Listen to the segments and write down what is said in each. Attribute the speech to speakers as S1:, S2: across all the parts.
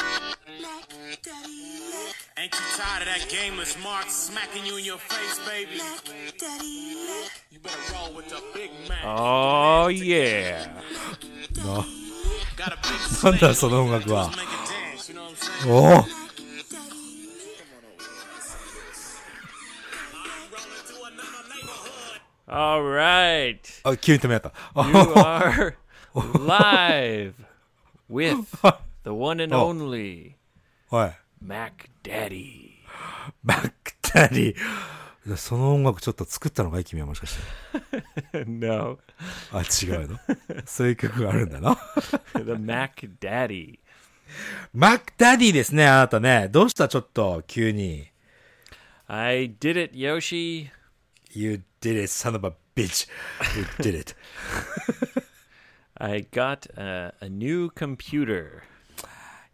S1: Mac Daddy, Mac
S2: Ain't you tired of that gameless mark smacking you in your face, baby?
S1: Mac Daddy, Mac
S2: You better roll with the Big Mac.
S3: Oh yeah.
S1: の
S2: Got a big
S3: なん
S2: snake.
S3: だその音楽は
S2: Just。make it dance, you know what I'm saying?
S3: お
S4: Oh.
S3: お。
S2: Rolling through another neighborhood.
S3: All right.
S4: あ、急に止められた。
S3: You are live with the one and
S4: Oh.
S3: only
S4: はい。
S3: Mac Daddy.
S4: バックタリー。その音楽ちょっと作ったのかい君はもしかして
S3: no,
S4: あ違う のそういう曲があるんだな
S3: the Mac Daddy.
S4: マックダディですねあなたねどうしたちょっと急に
S3: I did it, Yoshi.
S4: You did it son of a bitch You did it
S3: I got uh, a new computer.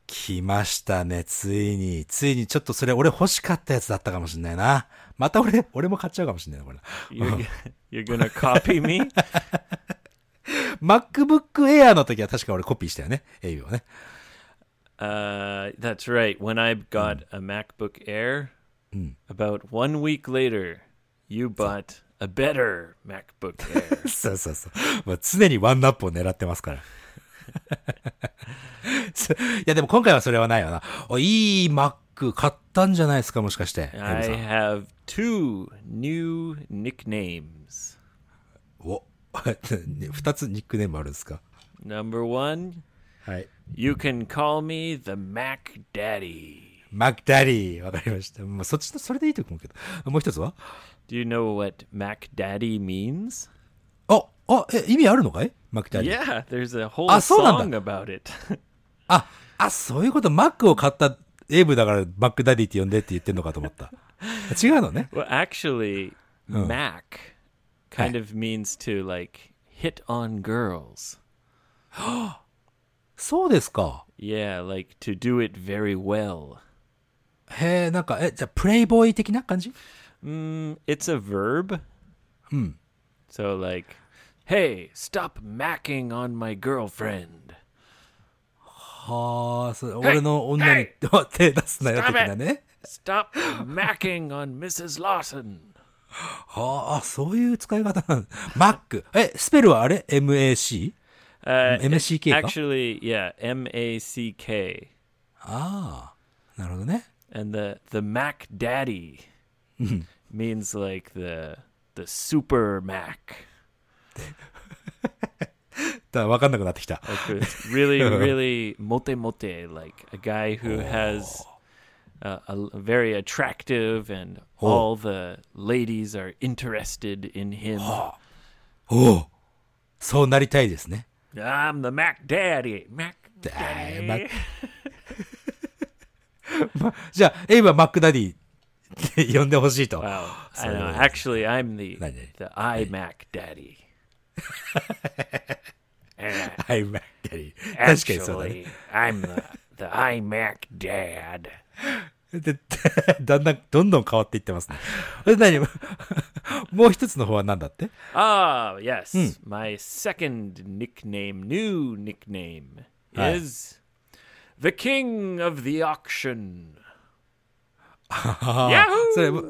S4: 来ましたね、ついに。ついに、ちょっとそれ、俺欲しかったやつだったかもしんないな。また俺、俺も買っちゃうかもしんないな、これ。
S3: You're, g- you're gonna copy me?
S4: MacBook Air の時は確か俺コピーしたよね、エイをね。
S3: Uh, that's right. When I got a MacBook Air, about one week later, you bought a better MacBook Air.
S4: そうそうそう。まあ、常にワンナップを狙ってますから。 そいや、でも今回はそれはないよな。おいい Mac 買ったんじゃないですか、もしかして。エイブ
S3: I
S4: さん
S3: have two new nicknames.
S4: お、 二つニックネームあるんですか
S3: Number one,
S4: はい。
S3: you can call me the Mac Daddy.
S4: マックダディ、わかりました。まあ、そっちの、それでいいと思うけど。もう一つは
S3: Do you know what Mac Daddy means?
S4: あ、あ、え、意味あるのかいマックダディ。
S3: Yeah, there's a whole
S4: Ah, そうなんだ。
S3: song about it.
S4: あ、あ、そういうこと、マックを買ったエイブだからマックダディって呼んでって言ってんのかと思った。違うのね。
S3: well, actually, Mac kind of means to like hit on girls.
S4: そうですか。
S3: Yeah, like to do it very well.
S4: へえ、なんか、え、じゃあ、プレイボーイ的な感じ
S3: Mm, it's a verb. Hmm. So like, hey, stop macking on my girlfriend.
S4: はあ、それ俺の女に手出すなよ、的なね。
S3: Stop macking on Mrs. Lawson.
S4: はああ、そういう使い方なんマック。え、スペルはあれ ?MAC?
S3: Uh,
S4: MSCK か
S3: Actually, yeah, M A C K.
S4: ああ、なるほどね。
S3: And the the Mac Daddy means like the the super Mac.
S4: だから分かんなくなってきた。
S3: Like it's really, really mote mote, like a guy who has uh, a, l- very attractive, and all the ladies are interested in him.
S4: おお、そうなりたいですね。
S3: I'm the Mac Daddy, Mac
S4: あーマッ
S3: Daddy.
S4: ク まじゃあ、エイブはマックダディって呼んでほしいと。
S3: Wow, I
S4: So-
S3: know. uh, Actually, I'm the
S4: Daddy.
S3: the iMac Daddy. And
S4: はい、マックダディ。確かにそうだね。
S3: actually, I'm the the iMac Dad.
S4: で だんだん、どんどん変わっていってますね。で、何 もう一つの方は何だって
S3: Ah, yes. My second nickname, new nickname,
S4: Aye.
S3: is the King of the Auction. Yahoo!
S4: それも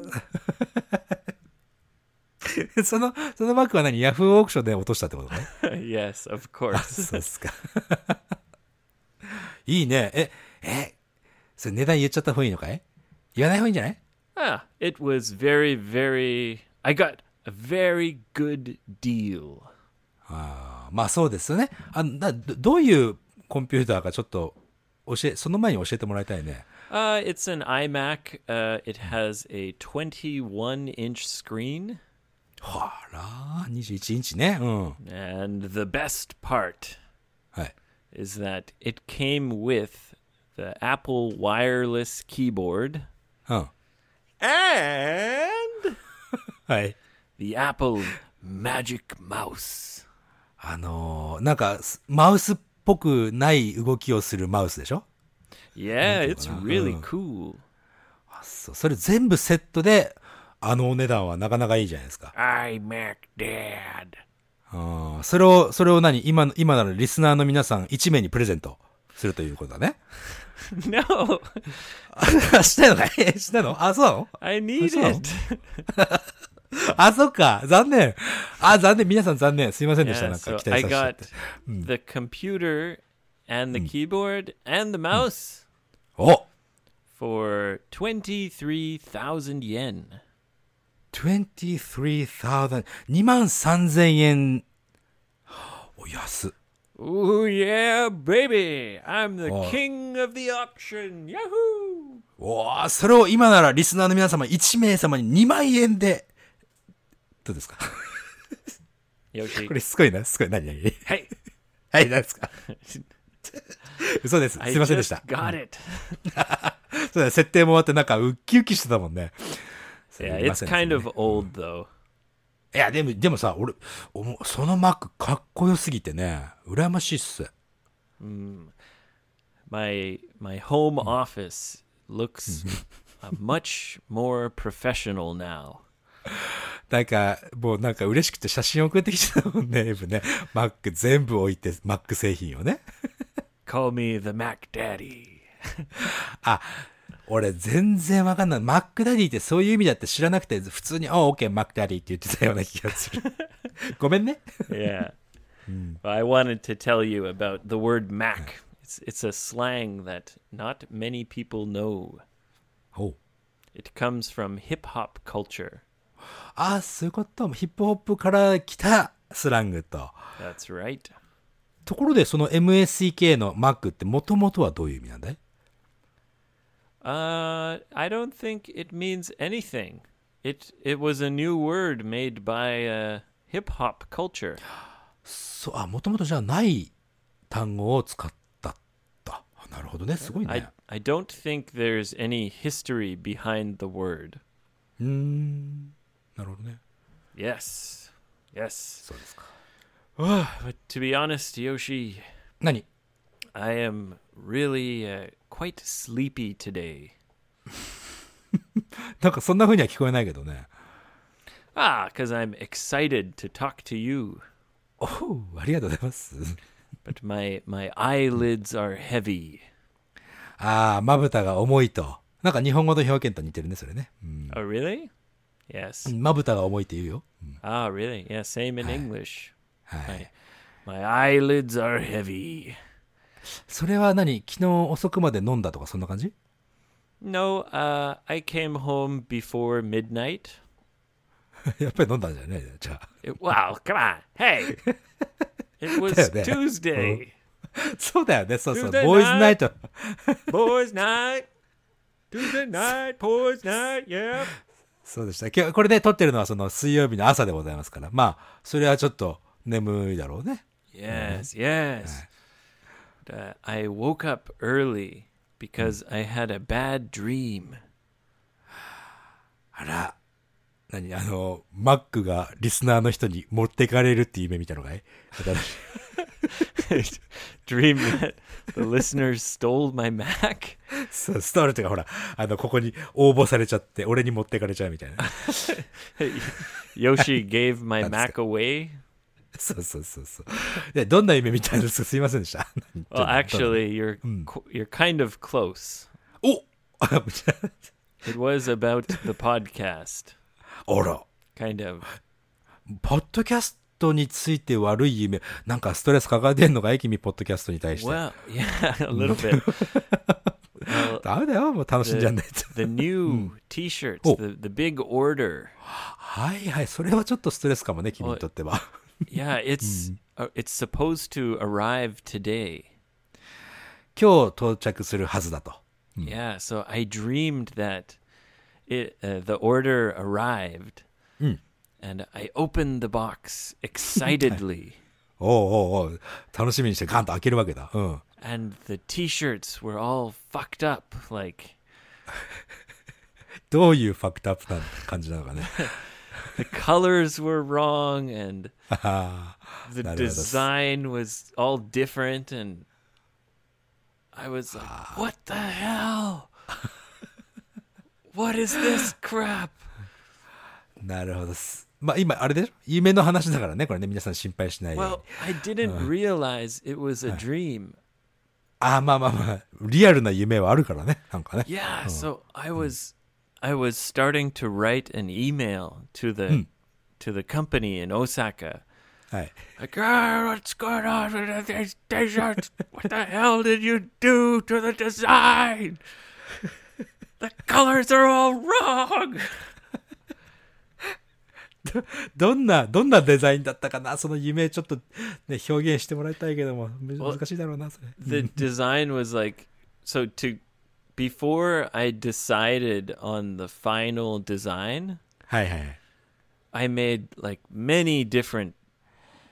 S4: その、そのバッグは何ヤフーオークションで落としたってことね。
S3: yes, of course.
S4: そうっすか。 いいね。え、え、それ値段言っちゃった方がいいのかい言わない方がいいんじゃない
S3: ah, it was very, very. I got a very good deal.
S4: まあそうですよね。あだどどういうコンピューターかちょっと教え、その前に教えてもらいたいね。
S3: Uh, it's an iMac. Uh, it has a 21 inch screen.
S4: ほら、21インチね。うん。
S3: And the best part
S4: はい。
S3: is that it came with the Apple wireless keyboard
S4: うん。
S3: and
S4: はい。
S3: the Apple Magic Mouse.
S4: あのーなんか、すマウスっぽくない動きをするマウスでしょ
S3: Yeah, it's
S4: wow.
S3: really cool.
S4: そうそれ全部セットで、あのお値段はなかなかいいじゃないですか。
S3: iMac Dad.
S4: あーそれを、それを何今の、今ならリスナーの皆さん1名にプレゼント。するということだね。
S3: No,
S4: あしたのかいしたのあ、そうなの
S3: I need
S4: so.
S3: it.
S4: あ、そっか。残念。あ、残念。皆さん残念。すいませんでした。
S3: Yeah,
S4: なんか
S3: so
S4: 期
S3: I Hmm.
S4: 待させちゃっ
S3: got
S4: て。
S3: the computer and the keyboard and the mouse
S4: お
S3: for 23,000 yen.
S4: !23,000、2万3000円。お安っ。
S3: Ooh, yeah, baby. I'm the
S4: Oh.
S3: king of the auction. Yahoo!
S4: おーそれを今ならリスナーの皆様1名様に2万円で。どうですか
S3: Yoshi.
S4: これすごいな。すごい。何何
S3: Hey,
S4: はい、何ですか 嘘です。す
S3: I Hmm.
S4: いませんでした
S3: just。got it.
S4: そうだ、設定も終わってなんかウッキウキしてたもんね。
S3: Yeah, it's
S4: すいません
S3: kind
S4: でし
S3: of
S4: た
S3: old though.
S4: いや、でも、でもさ、俺、おもそのマックかっこよすぎてね、羨ましいっす。
S3: My my home office looks uh, much more professional now.
S4: なんか、もうなんか嬉しくて写真送ってきてたもんね、エ ブね。マック全部置いて、マック製品をね。
S3: Call me the Mac Daddy.
S4: 俺、全然わかんない。マックダディってそういう意味だって知らなくて、普通に、あ、オッケー、マックダディって言ってたような気がする。ごめんね。
S3: Yeah. Well, I wanted to tell you about the word Mac. It's it's a slang that not many people know.
S4: おう
S3: It comes from hip hop culture.
S4: あ、そういうこと。ヒップホップから来たスラングと。
S3: That's right.
S4: ところで、その MSEK のマックって元々はどういう意味なんだい
S3: Uh, I don't think it means anything. It it was a new word made by uh, hip hop culture.
S4: そう、あ、もともとじゃあない単語を使ったった。あなるほどね、すごい
S3: I
S4: ね。
S3: I don't think there's any history behind the word.
S4: うーん、なるほどね。
S3: Yes, yes.
S4: そうですか。
S3: But to be honest, Yoshi,
S4: 何
S3: I am really uh, quite sleepy today.
S4: なんかそんな風には聞こえないけどね。
S3: Ah, because I'm excited to talk to you.
S4: おう、ありがとうございます。
S3: But my my eyelids are heavy.
S4: ああ、まぶたが重いと。なんか日本語の表現と似てるね、それね。
S3: Oh, really? Yes.
S4: まぶたが重いって言うよ。
S3: Ah, really? Yeah, same in English.
S4: はい。
S3: My eyelids are heavy.
S4: それは何昨日遅くまで飲んだとかそんな感じ
S3: No, uh, I came home before midnight.
S4: やっぱり飲んだんじゃないじゃあ。
S3: It, wow, come on. Hey! It was
S4: Yeah, yeah.
S3: Tuesday.
S4: そうだよね、そうそう。
S3: Tuesday
S4: ボーイズナイト。
S3: Boys' night. Tuesday night, boys' night, yeah.
S4: そうでした。今日、これで撮ってるのはその水曜日の朝でございますから。まあ、それはちょっと眠いだろうね。
S3: Yes, yes. Uh, I woke up early because I had a bad dream.
S4: あら。何あの、マックがリスナーの人に持ってかれるっていう夢見たのかい
S3: dream that the listeners stole my Mac.
S4: そうストールとかほら、あの、ここに応募されちゃって、俺に持ってかれちゃうみたいな。
S3: Yoshi gave my Mac
S4: That's
S3: away.
S4: そうそうそうそう。で、どんな夢見たんですかすいませんでした。
S3: Well, actually, you're qu- you're kind of close.
S4: お あ
S3: It was about the podcast,
S4: ら、
S3: kind of.
S4: ポッドキャストについて悪い夢。なんかストレス抱えてんのかい君、ポッドキャストに対して。
S3: Well, yeah, a little bit. Well,
S4: ダメだよ、もう楽しんじゃんないと。
S3: the new T-shirts,
S4: Oh.
S3: the the big order.
S4: はいはい、それはちょっとストレスかもね、君にとっては。
S3: Yeah, it's uh, it's supposed to arrive today.
S4: 今日到着するはずだと。
S3: Yeah, so I dreamed that it uh, the order arrived, and I opened the box excitedly,
S4: おうおうおう、楽しみにしてガンと開けるわけだ。うん。
S3: and the T-shirts were all fucked up, like.
S4: どういうファクトアップな感じなの かね。
S3: the colors were wrong and the
S4: that is-
S3: design was all different and i was like what the hell what is this crap
S4: なるほどっす。まあ今、あれでしょ夢の話だからね、これね、皆さん心配しないように
S3: well i didn't realize it was a dream
S4: あ、まあまあまあ、リアルな夢はあるからね、なんかね。
S3: Yeah, so I was I was starting to write an email to the to the company in Osaka.
S4: はい。
S3: Like, "Ah, what's going on with these t-shirts? What the hell did you do to the design? The colors are all wrong.
S4: どんな、どんなデザインだったかな、その夢ちょっと、ね、表現してもらいたいけども、む難しいだろうな、それ。
S3: The design was like so to before I decided on the final design,
S4: はいはいはい。
S3: I made like many different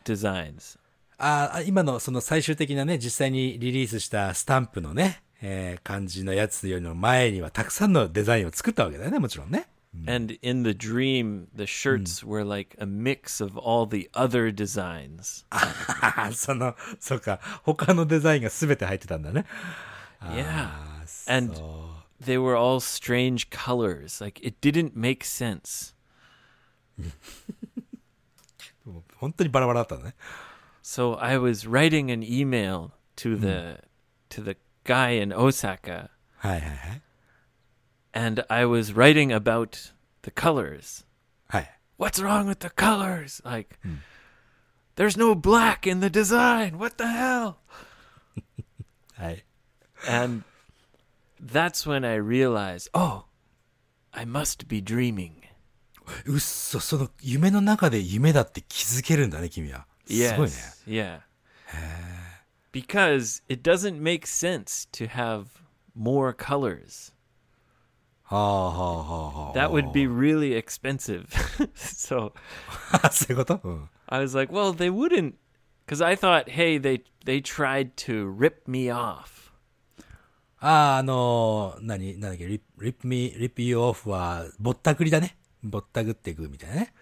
S3: designs.
S4: あーあ今のその最終的なね、実際にリリースしたスタンプのね、えー感じのやつよりも前にはたくさんのデザインを作ったわけだよね、もちろんね。
S3: And in the dream, the shirts were like a mix of all the other designs.
S4: あその、そうか、他のデザインが全て入ってたんだね。
S3: yeah. And they were all strange colors. Like it didn't make sense.
S4: 本当にバラバラだったんだね。
S3: So I was writing an email to the to the guy in Osaka
S4: はいはいはい。
S3: and I was writing about the colors.
S4: はい。
S3: What's wrong with the colors? Like there's no black in the design. What the hell?
S4: はい。
S3: And that's when I realized, oh, I must be dreaming.
S4: うっそ、その夢の中で夢だって気づけるんだね、君は。すごいね。
S3: Yes. Yeah. Because it doesn't make sense to have more colors.
S4: はあはあはあは
S3: That would be really expensive. so
S4: あ。 そういうことうん。
S3: I was like, well, they wouldn't cuz I thought, hey, they they tried to rip me off.
S4: あー、あのー、何、なんだっけ、リップ、リップミ、リップユーオフは、ぼったくりだね。ぼったくっていくみたいなね。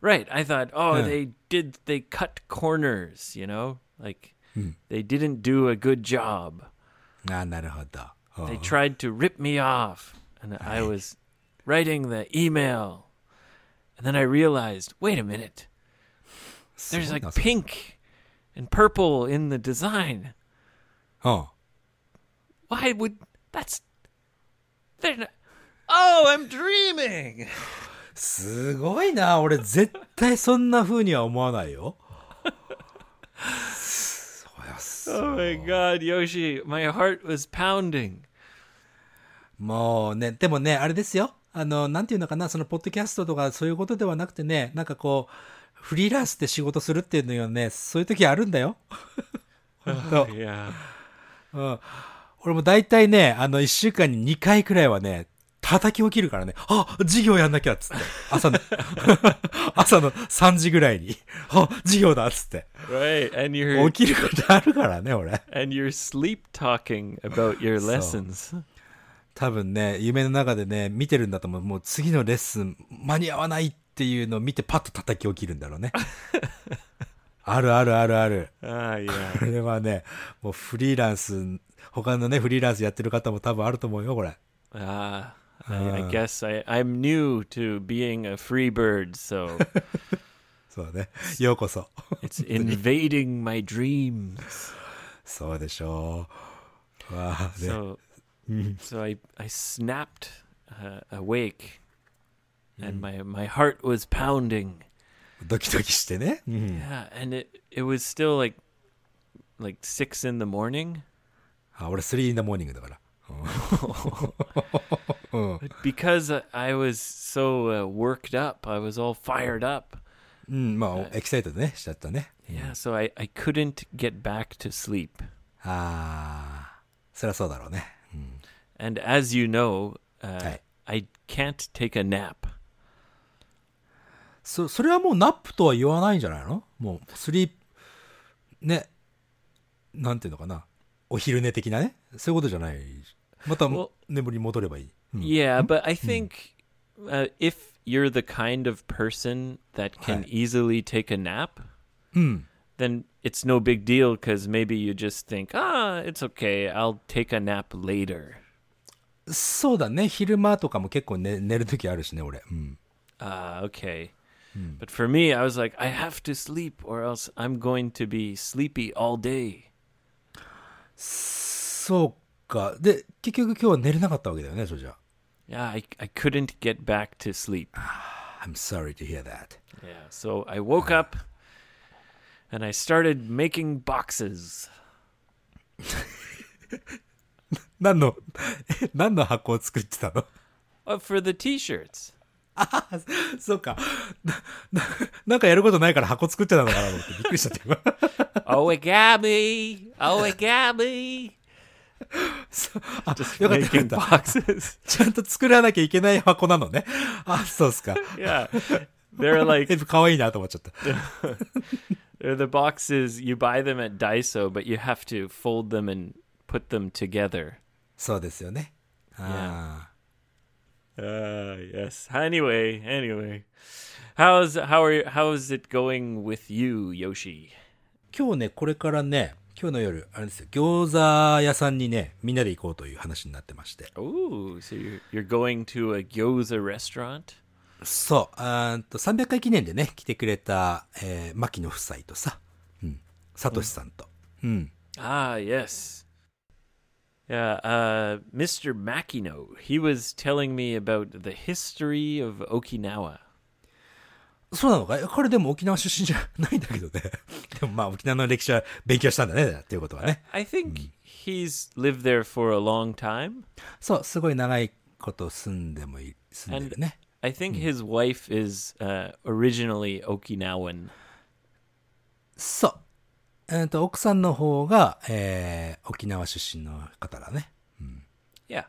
S3: Right. I thought, oh,
S4: Yeah.
S3: they did they cut corners, you know? Like they didn't do a good job.
S4: あー、なるほど。うん
S3: They tried to rip me off, and I was writing the email. And then I realized wait a minute,
S4: すご
S3: there's
S4: い
S3: like
S4: なそれ
S3: pink and purple in the design.
S4: うん。
S3: Why would that's. They're not. Oh, I'm dreaming!
S4: すごいな。俺、絶対そんな風には思わないよ。そうやっす
S3: Oh my god, Yoshi, my heart was pounding.
S4: もうね、でもね、あれですよ。あの、なんていうのかな、その、ポッドキャストとかそういうことではなくてね、なんかこう、フリーランスで仕事するっていうのはね、そういう時あるん だよ。本
S3: Yeah.
S4: 当、うん。俺も大体ね、あの、一週間に2回くらいはね、叩き起きるからね、あ授業やんなきゃっつって。朝の、 朝の3時ぐらいに、あ授業だっつって。
S3: Right, and you're
S4: 起きることあるからね、俺。
S3: and you're sleep talking about your lessons.
S4: 多分ね、夢の中でね、見てるんだと思う。もう次のレッスン間に合わないっていうのを見てパッと叩き起きるんだろうね。 あるあるあるある。
S3: Ah, yeah.
S4: これはね、もうフリーランス、他のね、フリーランスやってる方も多分あると思うよ、これ。
S3: Ah, I, I guess I, I'm new to being a free bird, so
S4: そうね。ようこそ。
S3: it's invading my dreams.
S4: そうでしょう。わあ、ね。
S3: So, so I, I snapped uh, awake, and my my heart was pounding.
S4: ドキドキしてね。うん。
S3: Yeah, and it it was still like like six in the morning
S4: あ、俺3 in the morning だから。
S3: because I- I was so uh, worked up. I was all fired up.
S4: うん、まあ、エキサイトでね、しちゃったね。
S3: Yeah, so I, I couldn't get back to sleep.
S4: ああ、そりゃそうだろうね。
S3: And as you know, uh,
S4: Hey.
S3: I can't take a nap.
S4: そ、それはもうナップとは言わないんじゃないのもう、スリープ、ね、なんていうのかな。お昼寝的なね。そういうことじゃない。また
S3: お
S4: 眠り戻ればいい。うん
S3: Yeah, but I think uh, if you're the kind of person that can
S4: Hey.
S3: easily take a nap, then it's no big deal because maybe you just think, ah, it's okay, I'll take a nap later.
S4: そうだね。昼間とかも結構寝寝る時あるしね、俺。うん。
S3: Ah, okay. But for me, I was like, I have to sleep or else I'm going to be sleepy all day.
S4: そうか。で、結局今日は寝れなかったわけだよね、それじゃあ。
S3: Yeah, I, I couldn't get back to sleep.
S4: I'm sorry to hear that.
S3: Yeah, so I woke up and I started making boxes.
S4: 何の、 え何の箱を作ってたの
S3: Oh, for the t-shirts.
S4: そうかなな。なんかやることないから箱作ってたのかなと思ってびっくりしちゃった今。
S3: Oh, Origami, origami.
S4: あ、よかったよ
S3: Making
S4: かった
S3: boxes.
S4: ちゃんと作らなきゃいけない箱なのね。あ、そうっすか。
S3: Yeah. They're like
S4: え、かわいいなと思っちゃった。
S3: they're the boxes you buy them at Daiso, but you have to fold them and put them together.
S4: そうですよね。あ
S3: Uh yes. Anyway, anyway. How's how are you, how is it going with you, Yoshi?
S4: ー今日ね、これからね、今日の夜、あれですよ、餃子屋さんにね、みんなで行こうという話になってまして。
S3: Oh, so you're you're going to a gyoza restaurant?
S4: そう、あーんと、300回記念でね、来てくれた、えー、牧野夫妻とさ、うん、さとしさんと。うん。
S3: Ah, yes. Yeah, uh, Mr. Makino, he was telling me about the history of Okinawa.
S4: そうなのかい彼でも沖縄出身じゃないんだけどね。 でもまあ沖縄の歴史は勉強したんだね、っていうことはね。
S3: I think he's lived there for a long time,
S4: そう、すごい長いこと住んでもい、住ん
S3: and
S4: でるね。
S3: I think his wife is uh, originally Okinawan.
S4: そう。えっ、と、奥さんの方が、えー、沖縄出身の方だね。
S3: Yeah.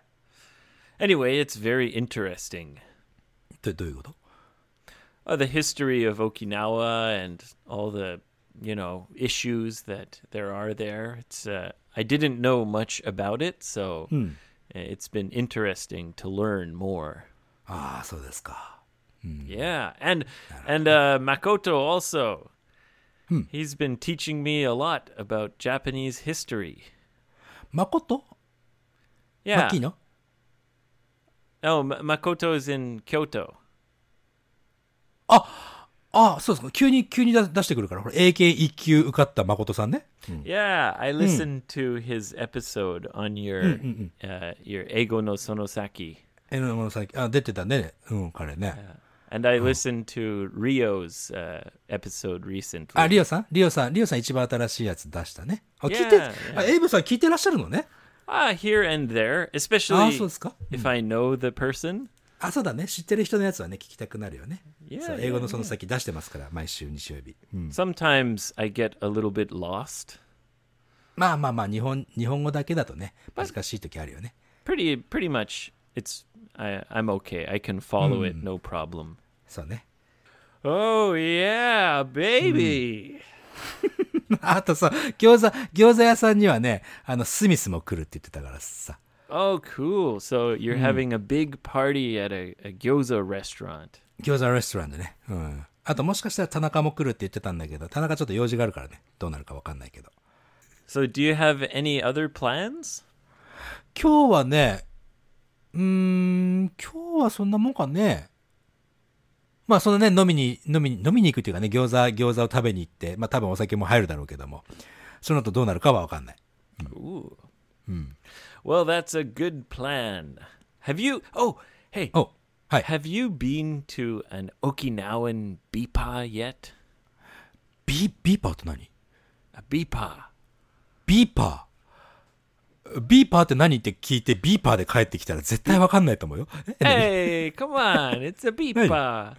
S3: Anyway, it's very interesting.
S4: どどういうこと
S3: Uh, the history of Okinawa and all the, you know, issues that there are there. It's uh, I didn't know much about it, so uh, it's been interesting to learn more.
S4: ああ、そうですか。
S3: Yeah, and and uh, Makoto also. He's been teaching me a lot about Japanese history.
S4: 誠
S3: Yeah.
S4: 牧野
S3: Oh, Ma- Makoto is in Kyoto.
S4: ああ、そうですか。急に、急に出出してくるから、ほら、AK1 級受かった誠さんね。
S3: Yeah, I listened to his episode on your uh, your Ego no Sonosaki,
S4: えのものさんあ、出てたね。うん、彼ね。
S3: and I listened to Rio's uh, episode recently.
S4: あ、リオさんリオさん、リオさん一番新しいやつ出したね。あ、聞いて
S3: Yeah, yeah.
S4: あ、エイブさん聞いてらっしゃるのね。
S3: ah, here and there,
S4: あ、
S3: especially
S4: そうですか。
S3: if I know the person.
S4: あ、そうだね。知ってる人のやつはね、聞きたくなるよね。
S3: Yeah,
S4: そう
S3: yeah,
S4: 英語のその先出してますから、毎週日曜日。うん、
S3: Sometimes I get a little bit lost.
S4: まあまあまあ、日本、日本語だけだとね、難しい時あるよね。
S3: Pretty pretty much, it's I, I'm okay. I can follow it, no problem.
S4: そうね。
S3: Oh yeah, baby.
S4: あとさ、餃子、餃子屋さんにはね、あの、スミスも来るって言ってたからさ。
S3: Oh, cool. So you're having a big party at a, a gyoza restaurant.
S4: 餃子レストランでね。うん。あともしかしたら田中も来るって言ってたんだけど、田中ちょっと用事があるからね、どうなるかわかんないけど。
S3: So do you have any other plans?
S4: 今日はね、うーん、今日はそんなもんかね。まあそのね、飲みに、飲みに、飲みに行くっていうかね、餃子、餃子を食べに行って、まあ多分お酒も入るだろうけども、その後どうなるかはわかんない。
S3: Ooh. Well, that's a good plan. Have you? Oh, hey.
S4: おはい。
S3: Have you been to an Okinawan bipa yet?
S4: ビ、ビーパーって何
S3: A bipa.
S4: ビーパービーパーって何って聞いて、ビーパーで帰ってきたら絶対わかんないと思うよ。え
S3: Hey, come on! It's a bipa.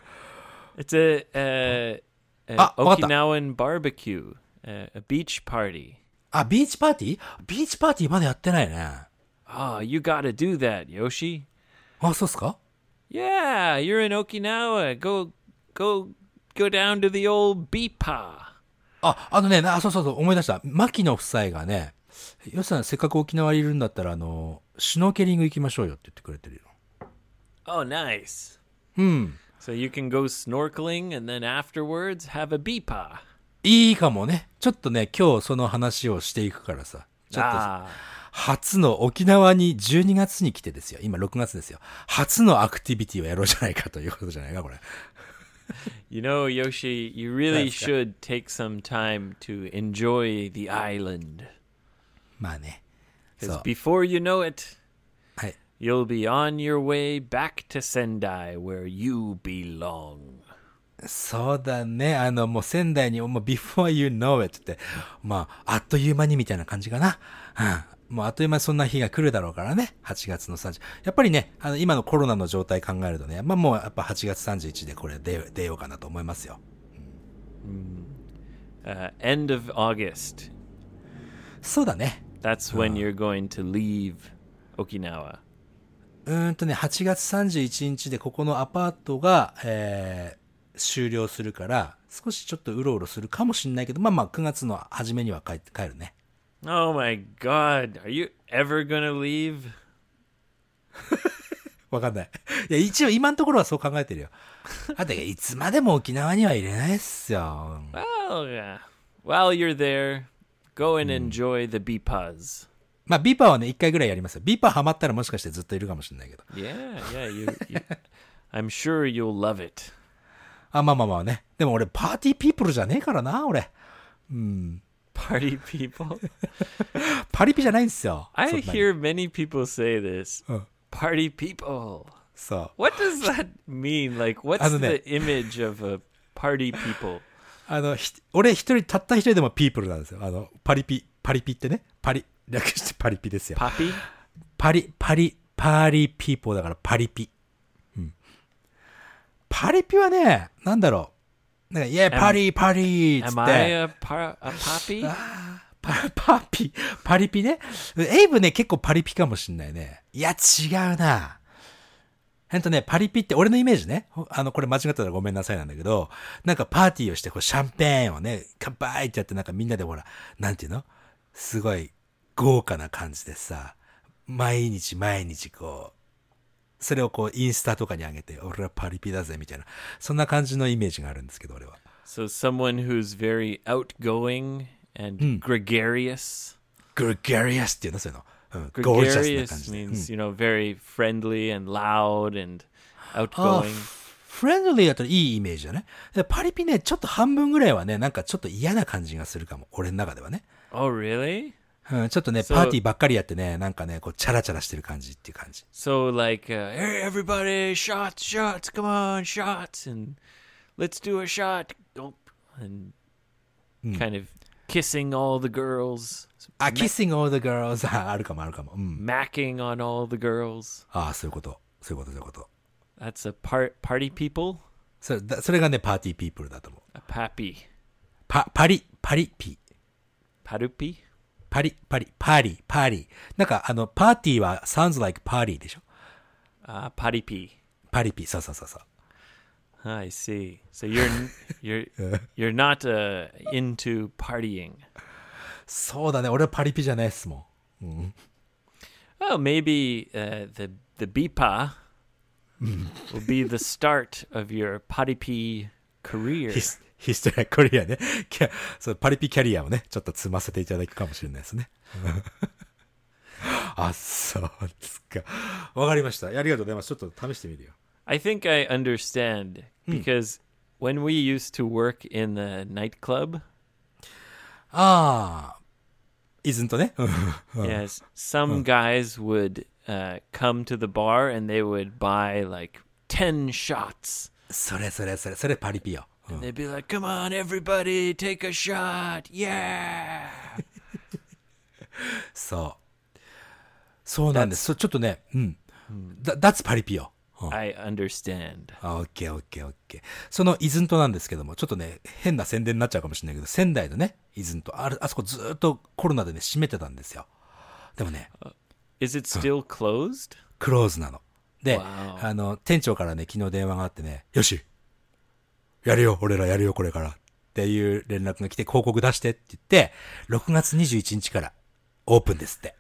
S3: It's a, uh, a
S4: Ah, わかった。
S3: Okinawan barbecue, uh, a beach party.
S4: あ、ビーチパーティービーチパーティーまだやってないね。
S3: Oh, you gotta do that, Yoshi.
S4: あ、そうっすか
S3: Yeah, you're in Okinawa. Go, go, go down to the old Beepa.
S4: あ、あのね、なあ、そうそうそう、思い出した。牧野夫妻がね、よさん、せっかく沖縄にいるんだったら、あの、シュノーケリング行きましょうよって言ってくれてるよ。
S3: Oh, nice.
S4: うん。
S3: So you can go snorkeling and then afterwards have a Beepa.
S4: いいかもね。ちょっとね、今日その話をしていくからさ。ちょっとさ、
S3: Ah,
S4: 初の沖縄に12月に来てですよ。今6月ですよ。初のアクティビティをやろうじゃないかということじゃないか、これ。
S3: you know, Yoshi, you really
S4: Nice guy.
S3: should take some time to enjoy the island.
S4: まあね。
S3: Because
S4: そう
S3: before you know it,
S4: はい
S3: you'll be on your way back to Sendai where you belong.
S4: そうだね。あの、もう仙台に、もう before you know it って、まあ、あっという間にみたいな感じかな。うん。もうあっという間にそんな日が来るだろうからね。8月の30。やっぱりね、あの、今のコロナの状態考えるとね、まあもうやっぱ8月31でこれ出よ出ようかなと思いますよ。
S3: Uh, end of August.
S4: そうだね。
S3: That's when you're going to leave Okinawa.
S4: うーんとね、8月31日でここのアパートが、えー終了するから、少しちょっとうろうろするかもしんないけど、まあまあ9月の初めには帰って帰るね。
S3: Oh my god, are you ever gonna leave?
S4: わかんない。 いや、一応今のところはそう考えてるよ。 あと、いつまでも沖縄にはいれないっすよ。
S3: Well, yeah. while you're there, go and enjoy the beepaz.
S4: まあ、ビーパーはね、一回ぐらいやりますよ。ビーパーハマったらもしかしてずっといるかもしれないけど。
S3: Yeah, yeah, you, you I'm sure you'll love it.
S4: あ、まあまあまあね。でも俺、パーティーピープルじゃねえからな、俺。
S3: Party people.
S4: パリピじゃないんですよ。そん
S3: I
S4: なに
S3: hear many people say this.
S4: Oh.
S3: Party people.
S4: そう。
S3: What does that mean? Like, what's
S4: don't know.
S3: the image of a party people?
S4: あの、ひ俺一人、たった一人でもピープルなんですよ。あの、パリピ、パリピってね。パリ、略してパリピですよ。
S3: Poppy?
S4: パリ、パリ、パリピーポーだからパリピ。うん。パリピはね、なんだろう。なんか、イェー、パリ、パリーっつ
S3: Am
S4: っ
S3: I
S4: て。
S3: a, par- a poppy?
S4: パ、 パピ、パリピね。エイブね、結構パリピかもしんないね。いや、違うな。えっとね、パリピって、俺のイメージね。ほあの、これ間違ってたらごめんなさいなんだけど、なんかパーティーをして、こう、シャンペーンをね、乾杯ってやって、なんかみんなでほら、なんていうのすごい豪華な感じでさ、毎日毎日こう、それをこう、インスタとかに上げて、俺はパリピだぜ、みたいな。そんな感じのイメージがあるんですけど、俺は。
S3: So someone who's very outgoing and gregarious.
S4: グルガリアスっていうのそういうの。うん、ゴージャスな感
S3: Gregarious
S4: じで。
S3: means you know very friendly and loud and outgoing.
S4: フレンドリーだといいイメージだね。でパリピね、ちょっと半分ぐらいはね、なんかちょっと嫌な感じがするかも。俺の中ではね。
S3: Oh, really?
S4: うん、ちょっとね、
S3: そう
S4: パーティーばっかりやってね、なんかね、こう、チャラチャラしてる感じっていう感じ。
S3: So like, uh, hey everybody, shots, shots, come on, shots, and let's do a shot. Gulp, and kind of kissing all the girls,
S4: あ、kissing all the girls ああるかもあるかも。うん。
S3: macking on all the girls.
S4: ああ、そういうこと。そういうこと、そういうこと。
S3: That's a part party people,
S4: それ、だそれがね、パーティーピープルだと思う。
S3: a pappy,
S4: パ、パリ、パリピ。
S3: parupi.
S4: パリ、パリ、パリ、パリ。なんか、あの、パーティーは sounds like party でしょ。
S3: Ah, paripi.
S4: パリピ、そうそうそうそう。
S3: I see. So you're you're you're not uh, into partying.
S4: そうだね、俺はパリピじゃないっすもん。
S3: Well, maybe uh, the the bipa will be the start of your paripi career.
S4: ヒスヒストリアコリアね。キャそうパリピキャリアをね、ちょっと積ませていただくかもしれないですね。 あ、そうですか。わかりました。ありがとうございます。ちょっと試してみるよ。
S3: I think I understand because when we used to work in the nightclub,
S4: ああ。イズンとね。うん
S3: yes, some guys would uh, come to the bar and they would buy like ten shots.
S4: それそれそれ、それパリピよ。うん
S3: They'd be like, "Come on, everybody, take a shot, yeah!"
S4: そう。そうなんです。そうちょっとね、うん。だ、that's パリピよ。
S3: I understand.
S4: あ、オッケーオッケーオッケー。そのイズントなんですけども、ちょっとね、変な宣伝になっちゃうかもしれないけど、仙台のね、イズント、あれあそこずーっとコロナでね、閉めてたんですよ。でもね、
S3: Is it still closed?
S4: クローズなの。で、
S3: わお
S4: あの、店長からね、昨日電話があってね、よしやるよ俺らやるよこれからっていう連絡が来て、広告出してって言って、6月21日からオープンですって。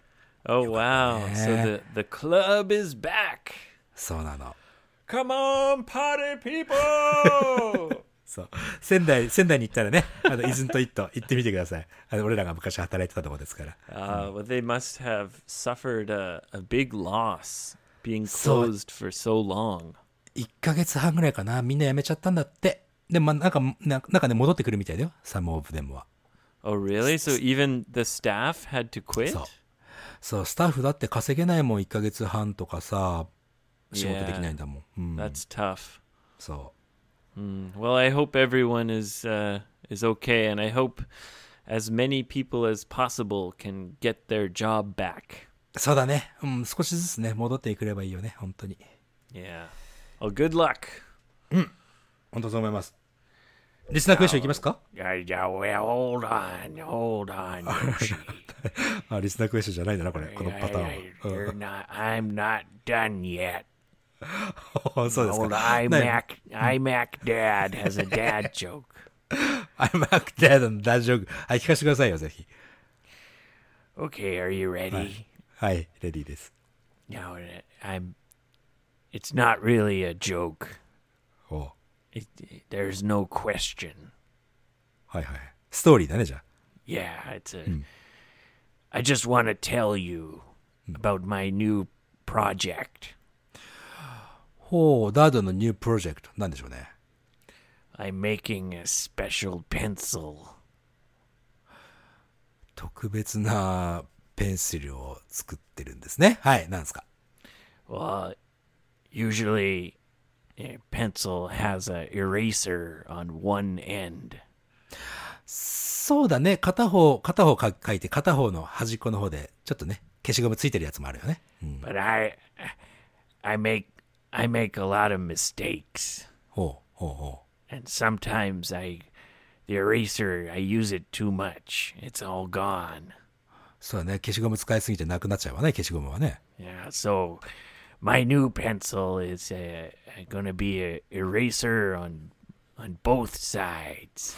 S3: Oh wow! So
S4: Yeah.
S3: the the club is back.
S4: そうなの。
S3: Come on, party people!
S4: そう。仙台、仙台に行ったらね、あの、イズントイット行ってみてください。あの、俺らが昔働いてたとこですから。
S3: uh, well, they must have suffered a, a big loss being
S4: So-
S3: closed for so long.
S4: 1ヶ月半ぐらいかな、みんな辞めちゃったんだって。でも、まあ、なんか、ななんかね、戻ってくるみたいだよ。サムオブデムは。
S3: Oh really? So even the staff had to quit?
S4: So- そう、スタッフだって稼げないもん、1ヶ月半とかさ、仕事できないんだもん。うん、
S3: That's tough.
S4: そ
S3: Well, I hope everyone is uh, is okay, and I hope as many people as possible can get their job back.
S4: う。そうだね。うん、少しずつね、戻ってくればいいよね、本当に。
S3: Yeah. Well, good luck.
S4: 本当そう思います。リスナークエスチョンいきますか
S3: Yeah, yeah, well, hold on, hold on. Yoshi.
S4: あ、リスナークエスチョンじゃないんだな、これ。このパタ
S2: I-
S4: ー
S2: You're not. I'm not done yet.
S4: ンは。そうです
S2: Old
S4: か。ね
S2: iMac iMac Dad has a dad joke.
S4: I'm a dead の大丈夫。はい、聞かせてくださいよ、ぜひ。
S2: Okay, are you ready?
S4: はい、レディーです。
S2: No, I'm. It's not really a joke.
S4: おう
S2: It, there's no question.
S4: はいはい。ストーリーだね、じゃあ。
S2: Yeah, it's a. I just want to tell you about my new project.
S4: ほう、ダードのニュープロジェクト。なんでしょうね。
S2: I'm making a special pencil.
S4: 特別なペンシルを作ってるんですね。はい、なんですか。
S2: Well, usually a pencil has a eraser on one end.
S4: そうだね。片方、片方か書いて、片方の端っこの方で、ちょっとね、消しゴムついてるやつもあるよね。うん。
S2: But I I make I make a lot of mistakes.
S4: ほう、ほう、ほ
S2: And sometimes I the eraser I use it too much. It's all gone.
S4: う。そうだね。消しゴム使いすぎてなくなっちゃうわね、消しゴムはね。
S2: Yeah, so my new pencil is uh, going to be a eraser on on both sides.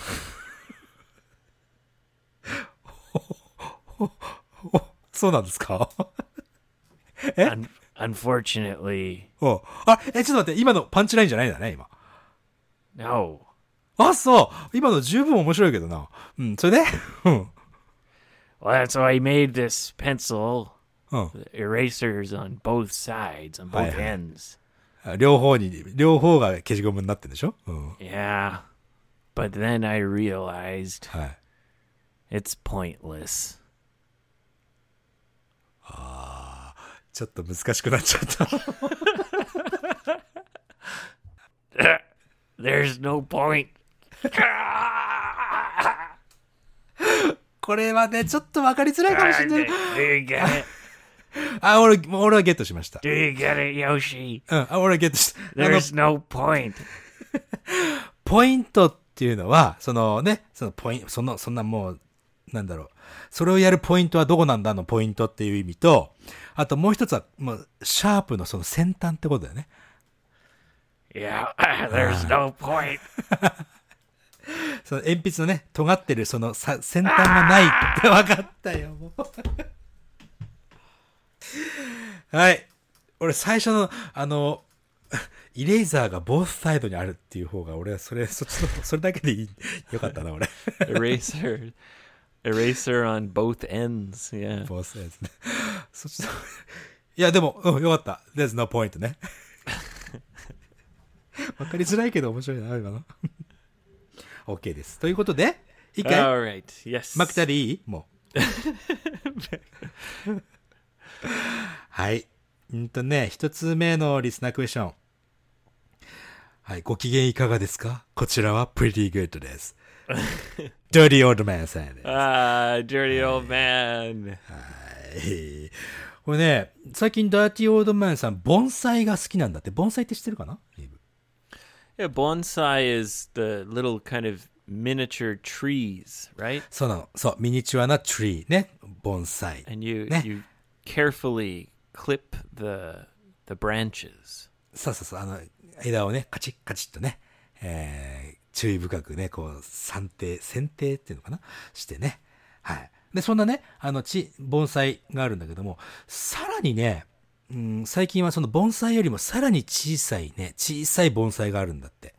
S4: そうなんですか
S2: Un- unfortunately,
S4: おうあ、え、ちょっと待って、今のパンチラインじゃないんだね、今。
S2: no.
S4: あ、そう今の十分面白いけどな。うん、それで うん。
S2: Well, that's why I made this pencil.
S4: うん。
S2: Erasers on both sides, on both
S4: Aye, aye.
S2: ends.
S4: あ両方に、両方が消しゴムになってるんでしょうん。は
S2: Yeah. But then I realized
S4: い。
S2: it's pointless.
S4: ちょっと難しくなっちゃった。
S2: There's no point.
S4: これはね、ちょっと分かりづらいかもし れ
S2: Do
S4: ない。
S2: you get it?
S4: あ、俺、もう俺はゲットしました。
S2: Do you get it, Yoshi?
S4: うん、あ俺はゲットした。あの、
S2: There's no point.
S4: ポイントっていうのは、そのね、そのポイント、その、そんなもう、なんだろう。それをやるポイントはどこなんだのポイントっていう意味と、あともう一つは、もう、シャープのその先端ってことだよね。
S2: Yeah, there's no point.
S4: その鉛筆のね、尖ってるそのさ先端がないって分かったよ、もう。はい。俺最初の、あの、イレイザーがボースサイドにあるっていう方が、俺はそれ、そっちの、それだけでいい、よかったな、俺。
S3: Eraser, eraser on both ends. Yeah.
S4: ボースサイドね。そっちの、いや、でも、うん、よかった。There's no point ね。わかりづらいけど面白いな、今の。OK です。ということで、一回、
S3: All right. Yes.
S4: マクタリーいいもう。 はい。うんとね、一つ目のリスナークエスチョン。はい、ご機嫌いかがですかこちらは Pretty Good です。Dirty Old Man さんです。
S3: Ah, dirty old man.
S4: えーこれね、最近ダーティーオールドマンさん、盆栽が好きなんだって。盆栽って知ってるかな
S3: Yeah, bonsai is the little kind of miniature trees, right?
S4: そうなの。そう、ミニチュアなトリーね。盆栽。
S3: And you
S4: Nah.
S3: you carefully clip the the branches.
S4: そうそうそう、あの、枝をね、カチッカチッとね、えー、注意深くね、こう、算定、剪定っていうのかなしてね。はい。で、そんなね、あの、ち、盆栽があるんだけども、さらにね、うん、最近はその盆栽よりもさらに小さいね、小さい盆栽があるんだって。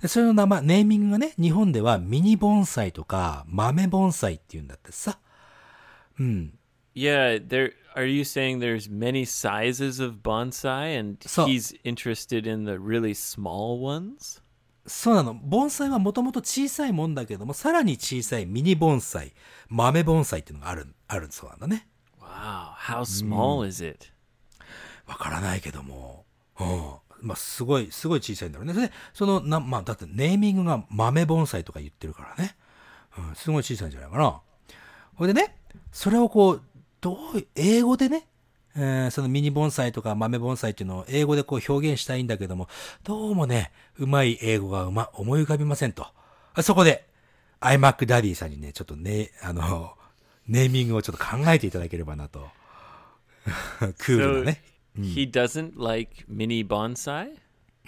S4: で、それの名前、ネーミングがね、日本ではミニ盆栽とか豆盆栽っていうんだってさ。
S3: Yeah, there are you saying there's many sizes of bonsai and
S4: So-
S3: he's interested in the really small ones?
S4: そうなの。盆栽はもともと小さいもんだけども、さらに小さいミニ盆栽、豆盆栽っていうのがある、あるそうなんだね。
S3: Wow, how small is it?
S4: わからないけども、うん。まあ、すごい、すごい小さいんだろうね。それで、その、な、まあ、だってネーミングが豆盆栽とか言ってるからね。うん、すごい小さいんじゃないかな。ほいでね、それをこう、どういう、英語でね、えーそのミニ盆栽とか豆盆栽っていうのを英語でこう表現したいんだけども、どうもね、うまい英語がうま、思い浮かびませんと。あそこで、iMac Daddy さんにね、ちょっとね、あの、ネーミングをちょっと考えていただければなと。 クールなね。
S3: He doesn't like mini bonsai?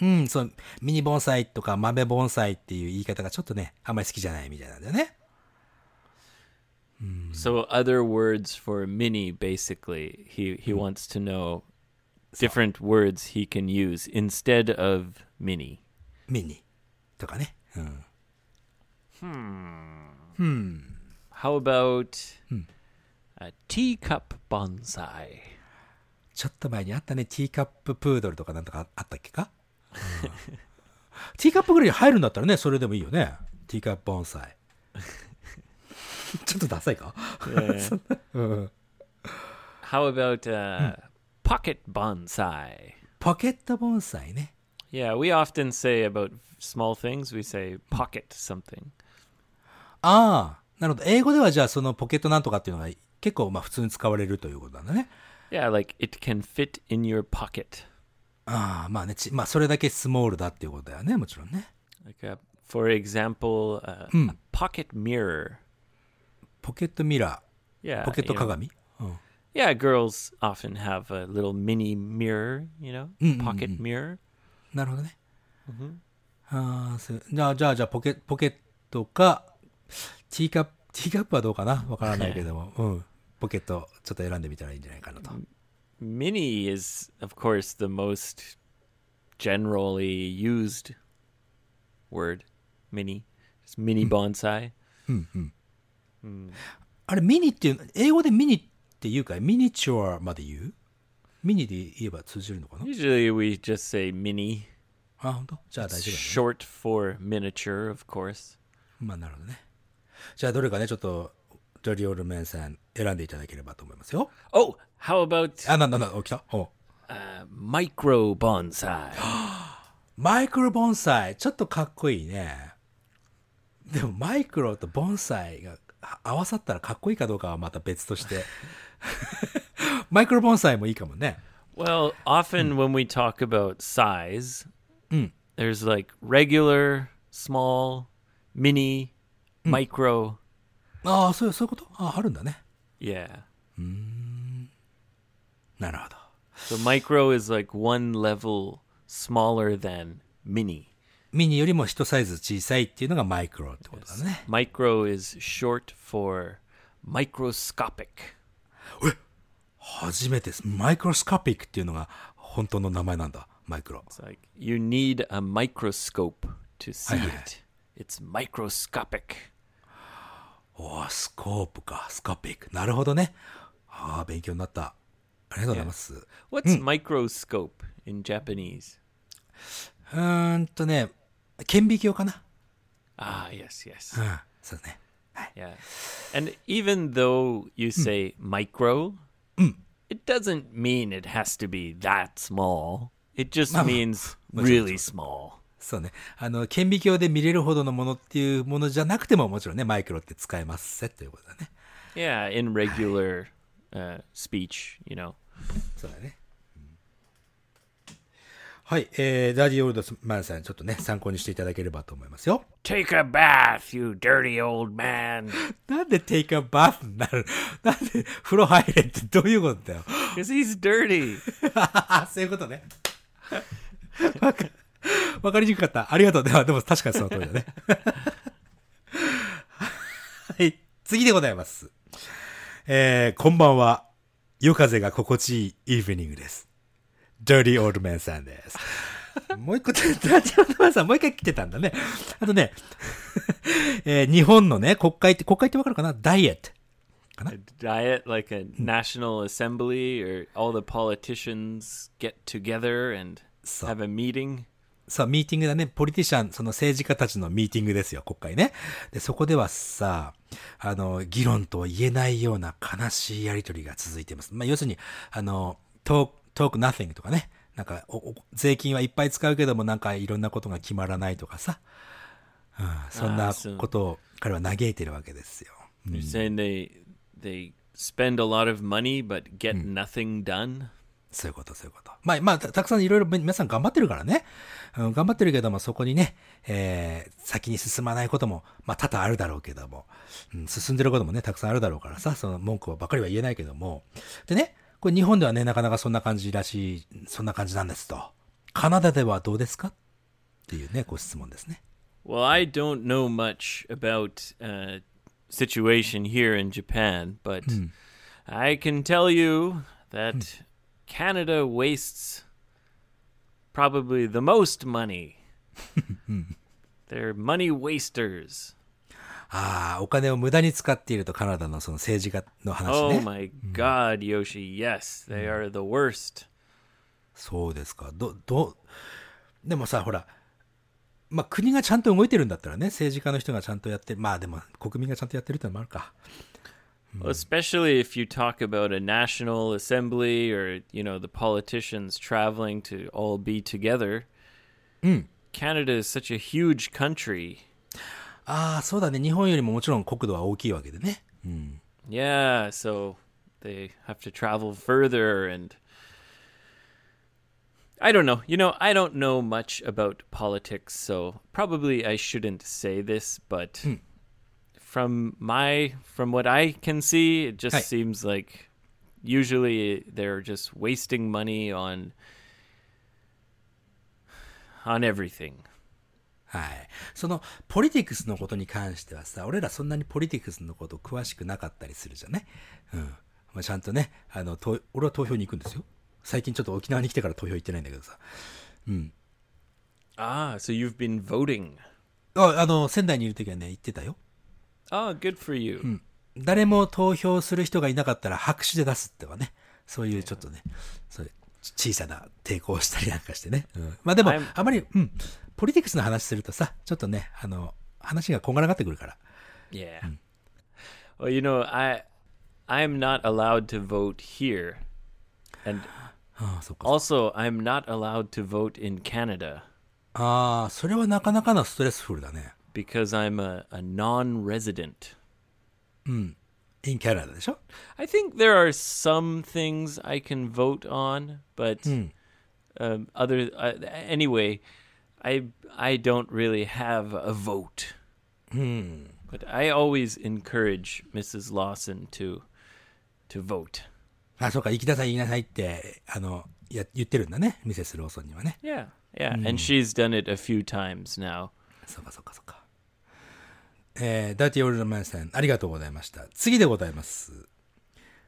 S4: うん、そう、ミニ盆栽とか豆盆栽っていう言い方がちょっとね、あんまり好きじゃないみたいなんだよね。
S3: So other words for mini basically. He he wants to know different words he can use instead of mini.
S4: ミニとかね。うん。
S3: How about a teacup bonsai?
S4: ちょっと前にあったね、ティーカッププードルとかなんとかあったっけか、うんティーカップぐらいに入るんだったらね、それでもいいよね。ティーカップ盆栽。ちょっとダサいか
S3: How about uh, pocket bonsai?
S4: ポケット盆栽ね。
S3: Yeah, we often say about small things, we say pocket something.
S4: ああ、なるほど。英語ではじゃあそのポケットなんとかっていうのが結構まあ普通に使われるということなんだね。
S3: Yeah, like it can fit in your pocket.
S4: ああ、まあね、ちまあそれだけスモールだっていうことだよね、もちろんね。
S3: Like a, for example, uh, a pocket mirror.
S4: ポケットミラ
S3: Yeah,
S4: ー、ポケット
S3: you know,
S4: 鏡、うん、
S3: Yeah, girls often have a little mini mirror, you know, pocket mirror.
S4: なるほどね。あーそうじゃあ、じゃあ、じゃあポケ、ポケットか、ティーカップ、ティーカップはどうかなわからない けども、うん。ポケット、ちょっと選んでみたらいいんじゃないかなと。
S3: Mini is, of course, the most generally used word. Mini, it's mini bonsai.
S4: あれ、ミニっていう、英語でミニって言うかいミニチュアまで言うミニで言えば通じるのかな
S3: Usually, we just say mini.
S4: あ、本当？じゃあ大
S3: It's
S4: 丈夫だ、ね。
S3: short for miniature, of course.
S4: まあ、なるほどね。じゃあ、どれかね、ちょっと、ジョリオールメンさん選んでいただければと思いますよ。
S3: Oh, how about
S4: あ、な、な、な、起きたおう
S3: micro bonsai?
S4: マイクロ盆栽、ちょっとかっこいいね。でもマイクロと盆栽があ合わさったらかっこいいかどうかはまた別として。 マイクロ盆栽もいいかもね。
S3: Well, often when we talk about size, there's like regular, small, mini, micro.
S4: ああ、そうそういうことああるんだね。
S3: Yeah.
S4: なるほど。
S3: So micro is like one level smaller than mini.
S4: ミニよりも一サイズ小さいっていうのがマイクロってことだね。
S3: Micro is short for microscopic.
S4: 初めてです。マイクロスカピックっていうのが本当の名前なんだ。マイクロ。
S3: It's like you need a microscope to see
S4: Aye, aye,
S3: it. It's microscopic.
S4: おースコープか。スカピック。なるほどね。ああ、勉強になった。ありがとうございます。
S3: What's microscope in Japanese?
S4: うーんとね、顕微鏡かな。
S3: Ah, yes, yes.
S4: うん。そうだね。
S3: Yeah. And even though you say micro, it doesn't mean it has to be that small. It just means really small.
S4: そうね。あの、顕微鏡で見れるほどのものっていうものじゃなくても、もちろんね、マイクロって使えますせということだね。
S3: Yeah, in regular uh, speech, you know.
S4: そうだね。はい、えー、ダディオールドマンさん、ちょっとね、参考にしていただければと思いますよ。
S2: Take a bath, you dirty old man.
S4: なんで take a bath になるなんで風呂入れってどういうことだよ。
S3: Because he's dirty.
S4: あ、 そういうことね。わかわかりにくかった。ありがとう。では、でも確かにその通りだね。 はい。次でございます。えー、こんばんは。夜風が心地いいイーブニングです。Dirty Old Man さんです。もう一個、Dirty Old Man さんもう一回来てたんだね。あとね、 えー日本のね、国会って、国会ってわかるかなダイエット。
S3: A diet like a national assembly or all the politicians get together and
S4: So-
S3: have a meeting.
S4: さあ、ミーティングだね。ポリティシャン、その政治家たちのミーティングですよ、国会ね。で、そこではさ、あの、議論とは言えないような悲しいやりとりが続いています。まあ、要するに、あの、トーク、トークナ n ィングとかね。なんかおお税金はいっぱい使うけども、なんかいろんなことが決まらないとかさ。うん、そんなことを彼は嘆いてるわけですよ。
S3: You're saying they they spend a lot of money but get nothing done.
S4: そういうこと、そういうこと。まあ、まあ、たたくさんいろいろみ皆さん頑張ってるからね。うん、頑張ってるけども、そこにね、えー、先に進まないことも、まあ、多々あるだろうけども、うん、進んでることもね、たくさんあるだろうからさ、その文句ばかりは言えないけども。でね、これ日本ではね、なかなかそんな感じらしい、そんな感じなんですと。カナダではどうですかっていうね、ご質問ですね。
S3: Well, I don't know much about uh, situation here in Japan, but I can tell you that Canada wastes probably the most money. They're money wasters.
S4: ああ、お金を無駄に使っているとカナダのその政治家の話
S3: Oh
S4: ね。
S3: my God, Yoshi! Yes, they are the worst.
S4: そうですか。ど、ど、でもさ、ほら、まあ、国がちゃんと動いてるんだったらね、政治家の人がちゃんとやってる。まあでも、国民がちゃんとやってるってのもあるか。
S3: especially if you talk about a national assembly or you know the politicians traveling to all be together canada is such a huge country
S4: ああ、そうだね。日本よりももちろん国土は大きいわけでね。
S3: yeah so they have to travel further and i don't know you know i don't know much about politics so probably i shouldn't say this but from my from what i can see it just
S4: Hi.
S3: seems like usually they're just wasting money on on everything
S4: はい。その、ポリティクスのことに関してはさ、俺らそんなにポリティクスのこと詳しくなかったりするじゃないうん。まあ、ちゃんとね、あの、と俺は投票に行くんですよ。最近ちょっと沖縄に来てから投票行ってないんだけどさ。
S3: ah so you've been voting
S4: あ、あの、仙台にいる時はね、行ってたよ。
S3: oh good for you
S4: 誰も投票する人がいなかったら拍手で出すってはね、そういうちょっとね、そういう小さな抵抗をしたりなんかしてね。うんまあでも
S3: I'm-、
S4: あまり、うん、ポリティクスの話するとさ、ちょっとね、あの、話がこんがらがってくるから。
S3: Yeah. Well, you know, I I'm not allowed to vote here. And
S4: ああ、そっか。
S3: also I'm not allowed to vote in Canada
S4: ああ、それはなかなかなストレスフルだね。
S3: because I'm a, a non-resident.
S4: in キャラでしょ
S3: I think there are some things I can vote on, but um, other uh, anyway, I I don't really have a vote. But I always encourage Mrs. Lawson to to vote.
S4: あ、そうか、行きなさい、行きなさいって、あの、や言ってるんだね、ミセスローソンにはね。
S3: Yeah, yeah,
S4: Hmm.
S3: and she's done it a few times now.
S4: そうか、そうか、そうか。えー、ダーティーオールドマンさん、ありがとうございました。次でございます。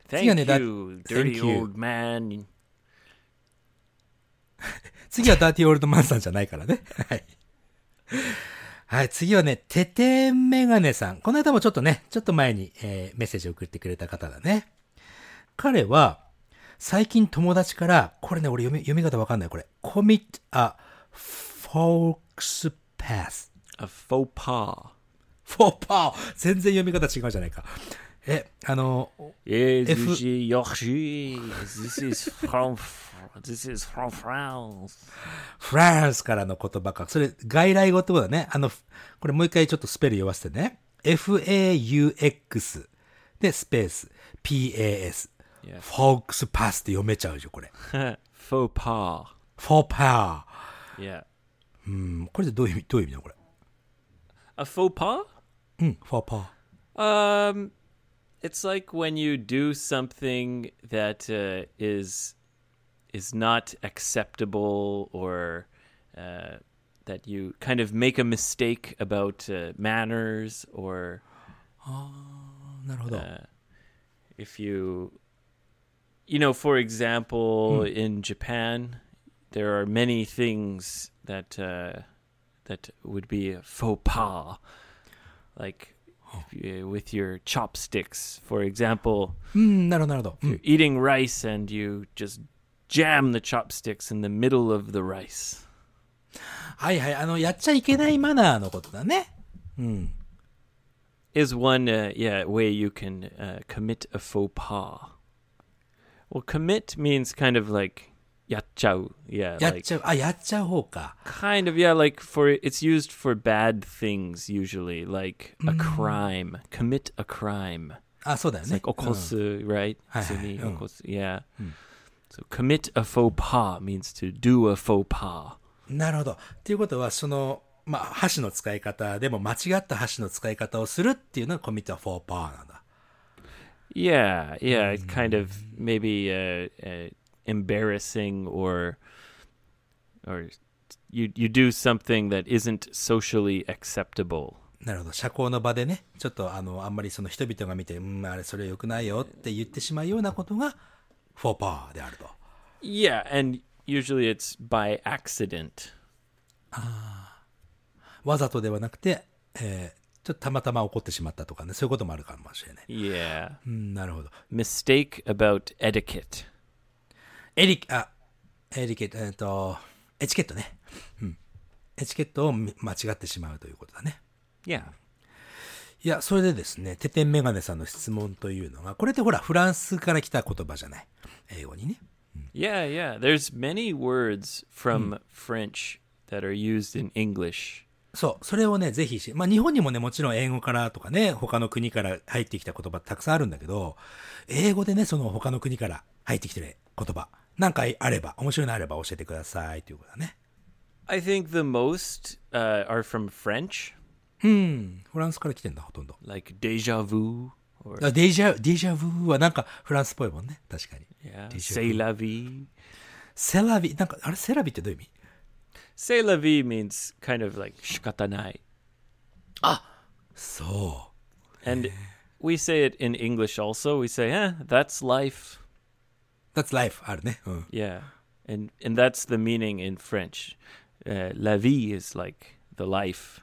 S3: Thank
S4: Sigan, that-
S3: you,
S4: thank
S3: dirty
S4: you.
S3: old man.
S4: 次はダーティーオールドマンさんじゃないからね。はい。はい、次はね、テテメガネさん。この間もちょっとね、ちょっと前に、えーメッセージを送ってくれた方だね。彼は、最近友達から、これね、俺読み、読み方わかんない、これ。commit a fox pass.
S3: A faux pas
S4: フォーパー全然読み方違うじゃないか。え、あの、
S3: is
S4: If-
S3: Luigi Yoshi. This is from this is from France.
S4: フランスからの言葉か。それ、外来語ってことだね。あの、ふこれもう一回ちょっとスペル読ませてね。f-a-u-x で、スペース、p-a-s。
S3: Yeah.
S4: フォークスパスって読めちゃうじゃん、これ。
S3: faux pas.
S4: フォーパ
S3: Yeah.
S4: ー。うん、これでどういう意味、どういう意味なのこれ。
S3: A faux pas?
S4: うん、フォーパー。
S3: Um, it's like when you do something that uh, is is not acceptable, or uh, that you kind of make a mistake about uh, manners, or
S4: なるほど。
S3: if you, you know, for example, in Japan, there are many things that uh, that would be a faux pas, like. if you- With your chopsticks, for example,
S4: うん、なるほど、なるほど。うん
S3: you're eating rice and you just jam the chopsticks in the middle of the rice.
S4: はいはい。あの、やっちゃいけないマナーのことだね。うん。
S3: is one uh, yeah way you can uh, commit a faux pas. Well, commit means kind of like yachao, yeah,
S4: やっ
S3: like
S4: ちゃう。あ、やっちゃう方か。
S3: kind of yeah, like for it's used for bad things usually, like a crime. Commit a crime.
S4: あ、そうだよ
S3: It's
S4: ね
S3: like。okosu, right?
S4: Hi, hi,
S3: Tsumi,
S4: um.
S3: okosu, yeah. So commit a faux pas means to do a faux pas.
S4: うんなるほど。っていうことは、その、まあ、箸の使い方でも間違った箸の使い方をするっていうのがコミットフォーパーなんだ。
S3: Yeah, yeah, it kind of maybe uh, uh, embarrassing or or you you do something that isn't socially acceptable.
S4: なるほど。社交の場でね、ちょっとあの、あんまりその人々が見て、うん、あれそれ良くないよって言ってしまうようなことが、フォーパーであると。
S3: Yeah, and usually it's by accident.
S4: わざとではなくて、えーちょっとたまたま起こってしまったとかね、そういうこともあるかもしれない。
S3: Yeah.
S4: うん、なるほど。
S3: Mistake about etiquette.
S4: エリ、あ、エリケット、えっ、と、エチケットね。うん。エチケットをみ間違ってしまうということだね。
S3: Yeah.
S4: いや、それでですね、ててんメガネさんの質問というのが、これってほら、フランスから来た言葉じゃない。英語にね。
S3: Yeah, yeah. There's many words from French that are used in English.
S4: そう、それをね、ぜひし、まあ日本にもね、もちろん英語からとかね、他の国から入ってきた言葉たくさんあるんだけど、英語でね、その他の国から入ってきてる言葉、なんかあれば、面白いのあれば教えてくださいということだね。
S3: I think the most uh, are from French,
S4: フランスから来てんだ、ほとんど。
S3: like déjà vu or
S4: あデジャ、デジャブはなんかフランスっぽいもんね、確かに。
S3: Yeah. C'est
S4: Déjà vu.
S3: la vie.
S4: セラビ、なんか、あれセラビってどういう意味
S3: C'est la vie means kind of like shikatanai.
S4: そ
S3: And we say it in English also. We say, eh, that's life.
S4: う。That's life あるね。うん。
S3: Yeah. And and that's the meaning in French. Uh, la vie is like the life.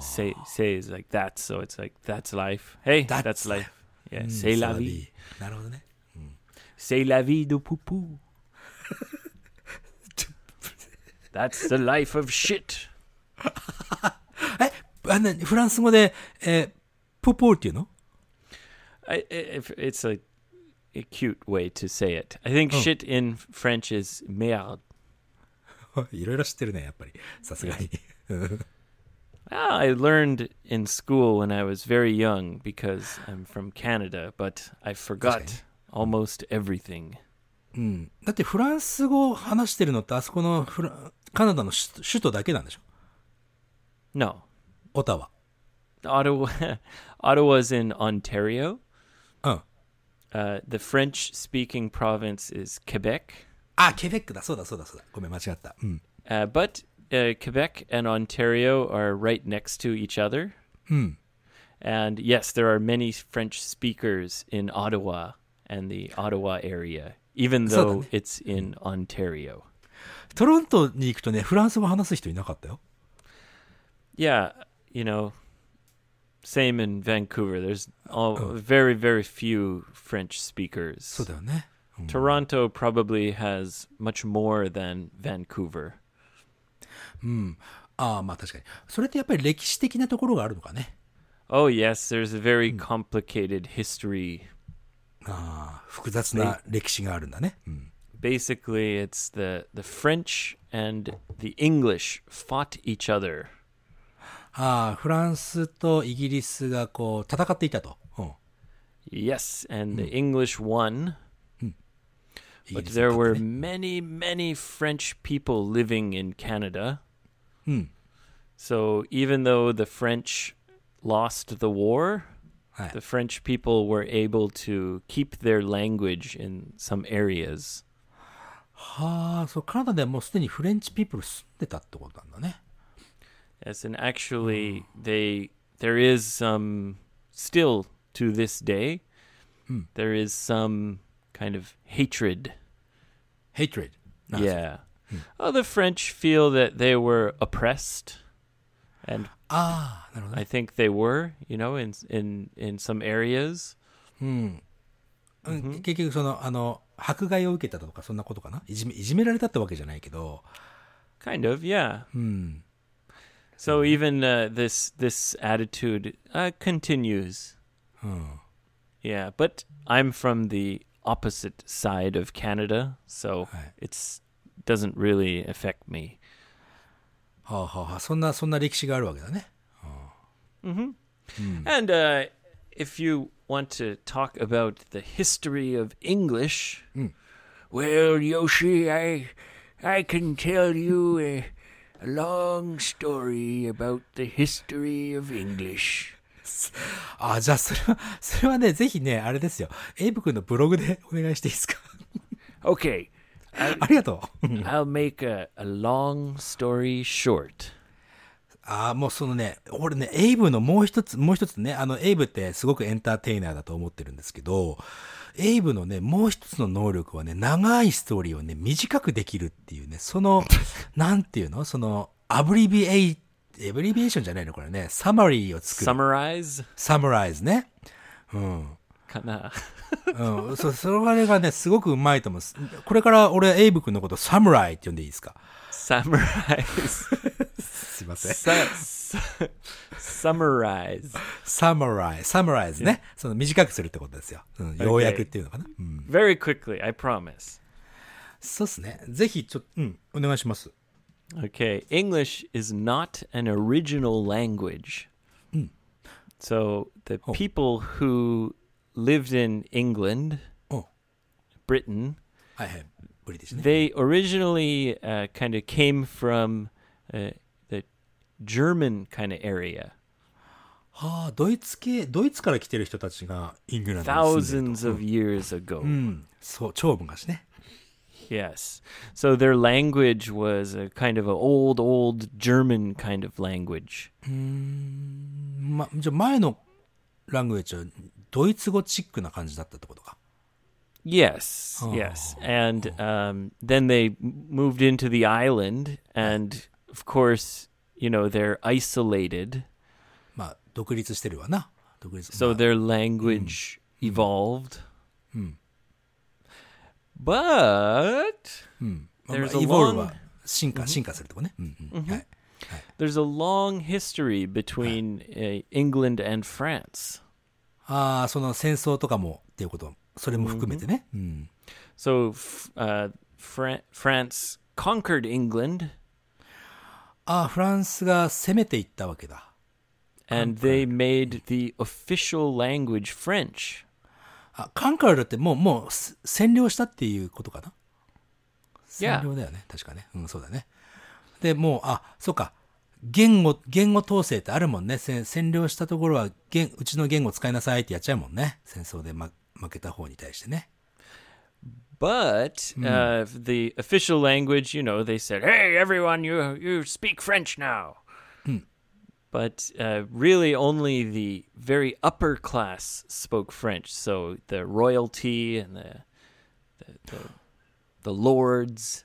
S3: Say say is like that, so it's like that's life. Hey, that's,
S4: That's
S3: life. Yeah,
S4: うん
S3: c'est la vie.
S4: なるほどね。
S3: C'est la vie de poupou. that's the life of shit.
S4: え、あの、フランス語で、えーポポーっていうの
S3: I, i- if it's a, a cute way to say it. I think shit in French is merde.
S4: いろいろ知ってるね、やっぱり。さすがに。
S3: Ah, I learned in school when I was very young because I'm from Canada, but I
S4: Okay.
S3: forgot almost everything.
S4: うん。だってフランス語を話してるのって、あそこのフラカナダの首首都だけなんでしょ
S3: No,
S4: オタワ。
S3: Ottawa. Ottawa's in Ontario.
S4: うん。
S3: Uh, the French-speaking province is Quebec,
S4: あ、ケベックだ、そうだ、そうだ、そうだ。ごめん、間違った。うん。
S3: uh, but uh, Quebec and Ontario are right next to each other.
S4: Hmm.
S3: And yes, there are many French speakers in Ottawa and the Ottawa area, even
S4: So
S3: though
S4: then-
S3: it's in Ontario.
S4: トロントに行くとね、フランス語話す人いなかったよ。
S3: Yeah, you know, same in Vancouver. There's all,
S4: Oh.
S3: very, very few French speakers.
S4: そうだよね。
S3: Toronto probably has much more than Vancouver.
S4: ああ、まあ確かに。それってやっぱり歴史的なところがあるのかね。
S3: Oh, yes, there's a very
S4: Hmm.
S3: complicated history.
S4: ああ、複雑な歴史があるんだね。うん。
S3: Basically, it's the, the French and the English fought each other.
S4: ああ、フランスとイギリスがこう、戦っていたと。うん。
S3: Yes, and the English won.
S4: イギ
S3: But
S4: リス
S3: there were many, many French people living in Canada. So even though the French lost the war,
S4: Right.
S3: the French people were able to keep their language in some areas.
S4: はあ、そう、カナダではもうすでにフレンチピープル住んでたってことなんだね。
S3: Yes, and actually, they there is some still to this day. There is some kind of hatred.
S4: hatred. なんか
S3: Yeah. Oh, the French feel that they were oppressed, and
S4: ああ、なるほどね。
S3: I think they were, you know, in in in some areas.
S4: うん結局その、あの、迫害を受けたとか、そんなことかないじめ、いじめられたってわけじゃないけど、
S3: Kind of, yeah.
S4: うん。
S3: So even uh, this this attitude uh, continues. Yeah, but I'm from the opposite side of Canada, so
S4: Right.
S3: it's doesn't really affect me.
S4: はあはあはあ、そんな、そんな歴史があるわけだね。
S3: And uh, if you want to talk about the history of English,
S2: Well, Yoshi, I I can tell you a, a long story about the history of English.
S4: あ、じゃあそれは、 それはね、ぜひね、あれですよ。エイブ君のブログでお願いしていいですか
S2: Okay,
S4: ありがとう。
S3: I'll make a, a long story short.
S4: ああ、もうそのね、俺ね、エイブのもう一つ、もう一つね、あの、エイブってすごくエンターテイナーだと思ってるんですけど、エイブのね、もう一つの能力はね、長いストーリーをね、短くできるっていうね、そ の、なんていうのその、アブリビエイ、エブリビエーションじゃないのこれね、サマリーを作る。
S3: Summarize?
S4: サムライズね。うん。
S3: Kana.
S4: うん、 そう、それがね、すごくうまいと思う。これから俺、エイブ君のこと、サムライって呼んでいいですか
S3: Summarize.
S4: すいませ ん。
S3: Su- su- summarize.
S4: サムライ、サムライズ ね。その短くするってことですよ。うん、ようやくっていうのかな。うん、
S3: Very quickly, I promise.
S4: そうっすね。ぜひ、ちょっと、うん、お願いします。
S3: Okay, English is not an original language. So the people who lived in England,
S4: お
S3: Britain,
S4: はいはい。ブリティッシュね。
S3: they originally uh, kind of came from uh, the German kind of area.
S4: はあ、ドイツ系、ドイツから来てる人たちがイングランドに住んでる
S3: Thousands of years ago.
S4: うん、そう、超昔ね。
S3: Yes. So their language was a kind of an old, old German kind of language.
S4: ま、じゃあ前のラングエッジは、ドイツ語チックな感じだったってことか。
S3: Yes, yes. And um, then they m- moved into the island, and of course, you know, they're isolated.
S4: まあ、独立してるわな。独立。
S3: So
S4: まあ
S3: their language evolved. But
S4: まあまあ
S3: there's a
S4: イボー
S3: long-
S4: ルは進化、進化するとこね。うんうんはい。
S3: there's a long history between uh, England and France.
S4: ああ、その戦争とかもっていうこと、それも含めてね。うん。
S3: So f- uh, Fran- France conquered England,
S4: ああ、フランスが攻めていったわけだ。
S3: and they made the official language French.
S4: あ、カンカルルってもう、もうす占領したっていうことかな
S3: Yeah.
S4: 占領だよね。確かね。うん、そうだね。で、もう、あ、そうか。言語、言語統制ってあるもんね。せ占領したところは、言うちの言語使いなさいってやっちゃうもんね。戦争で、ま、負けた方に対してね。
S3: But uh, the official language, you know, they said, "Hey, everyone, you you speak French now." But uh, really, only the very upper class spoke French. So the royalty and the the, the, the lords.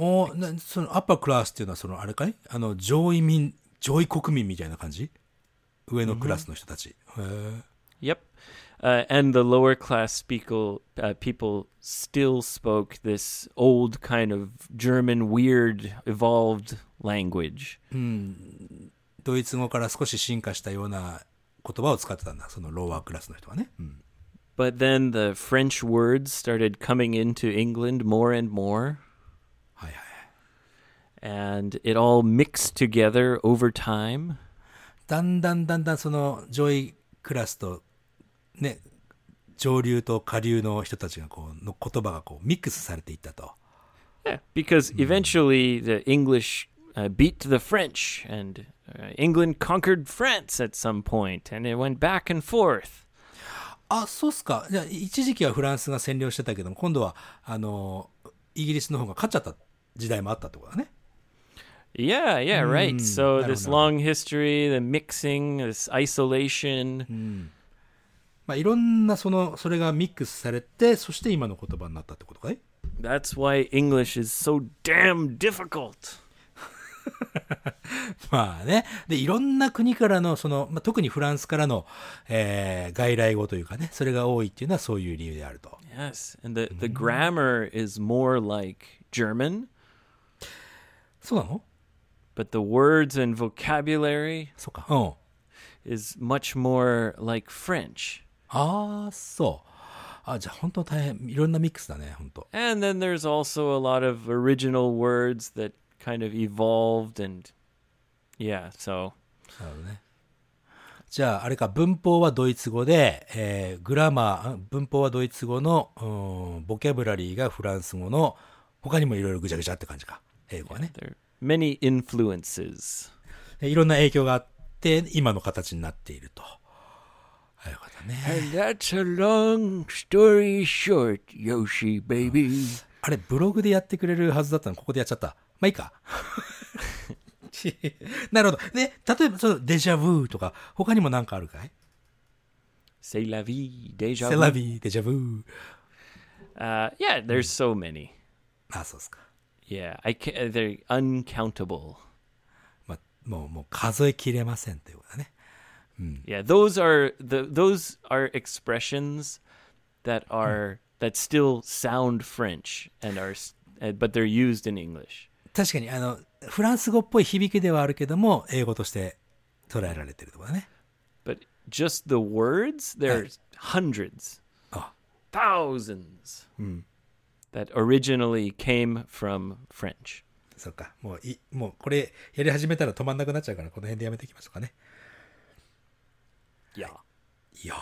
S4: おーなそのアッパークラスっていうのはそのあれかいあの上位民上位国民みたいな感じ上のクラスの人たち、
S3: Yep. Uh, and the lower class speakle, uh, people still spoke this old kind of German weird evolved language.
S4: ドイツ語から少し進化したような言葉を使ってたんだそのローワークラスの人はね、うん、
S3: But then the French words started coming into England more and more,
S4: はいはい
S3: and it all mixed together over time.
S4: だんだんだんだんその上位クラスとね上流と下流の人たちがこうの言葉がこうミックスされていったと
S3: Because eventually the English uh, beat the French, and uh, England conquered France at some point, and it went back and forth.
S4: あそうっすかじゃあ一時期はフランスが占領してたけども今度はあのイギリスの方が勝っちゃった時代もあったってことだね
S3: Yeah, yeah, right. So
S4: Hmm, I
S3: this
S4: don't know.
S3: long history, the mixing, this
S4: Hmm.
S3: isolation.
S4: まあ、いろんなそのそれがミックスされてそして今の言葉になったってことかい
S3: That's why English is so damn difficult.
S4: まあねでいろんな国からのその、まあ、特にフランスからの、えー外来語というかねそれが多いっていうのはそういう理由であると Hmm.
S3: Yes, and the the grammar is more like German.
S4: そうなの
S3: but the words and vocabulary
S4: そうか。うん。
S3: is much more like French.
S4: ああ、そう。あ、じゃあ本当大変、いろんなミックスだね、本当。
S3: And then there's also a lot of original words that kind of evolved and yeah, so
S4: なるほどね。じゃあ、あれか、文法はドイツ語で、えーグラマー、ん文法はドイツ語の、うーん、ボキャブラリーがフランス語の、他にもいろいろぐちゃぐちゃって感じか。英語はね。
S3: there are many influences.
S4: でいろんな影響があって、今の形になっていると。あよかったね。
S2: And that's a long story short, Yoshi, baby.
S4: あれ、ブログでやってくれるはずだったの、ここでやっちゃった。まあいいか。 ちなるほど。で、例えば、そのデジャブとか、他にも何かあるかい
S3: C'est la vie, déjà
S4: セ
S3: vu.
S4: ラビー、デジャブ
S3: Uh, yeah, there's so many.
S4: あ、そうですか。
S3: Yeah, I can, they're uncountable.
S4: まあ、もう、もう数えきれませんということだね。
S3: Yeah, those are the those are expressions that are that still sound French and are s- uh, but they're used in English.
S4: 確かに、あの、フランス語っぽい響きではあるけども、英語として捉えられてるところだね。
S3: But just the words, there's hundreds,
S4: Ah.
S3: thousands that originally came from French.
S4: そっか。もう、い、もう、これ、やり始めたら止まんなくなっちゃうから、この辺でやめていきましょうかね。
S3: Yeah.
S4: よ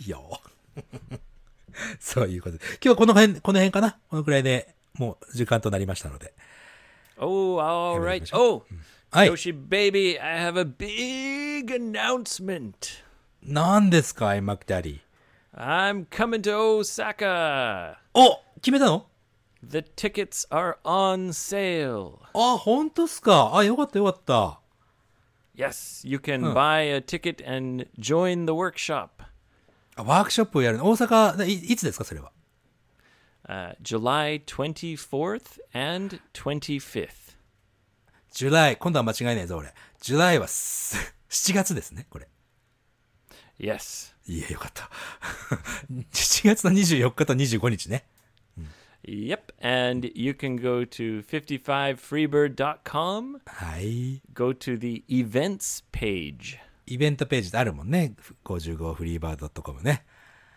S4: ー よー そういうことで。今日はこの辺、この辺かなこのくらいで、もう時間となりましたので。
S3: Oh, all right.
S4: English.
S3: Oh,
S4: はい。
S3: Yoshi baby, I have a big announcement.
S4: 何ですか、アイマクダリ
S3: I'm coming to Osaka.
S4: お決めたの
S3: The tickets are on sale.
S4: あ、本当っすか。あ、よかったよかった。
S3: Yes, you can buy a ticket and join the workshop.
S4: あワークショップをやるの。大阪、いいつですか、それは。
S3: Uh, July 24th and 25th.
S4: ジュライ。今度は間違いないぞ、俺。ジュライはす、7月 ですね、これ。
S3: Yes.
S4: いや、よかった。7月の24日と25日ね。
S3: Yep. And you can go to 55freebird.com,
S4: はい。
S3: go to the events page,
S4: イベントページってあるもんね。55フリーバー .com ね。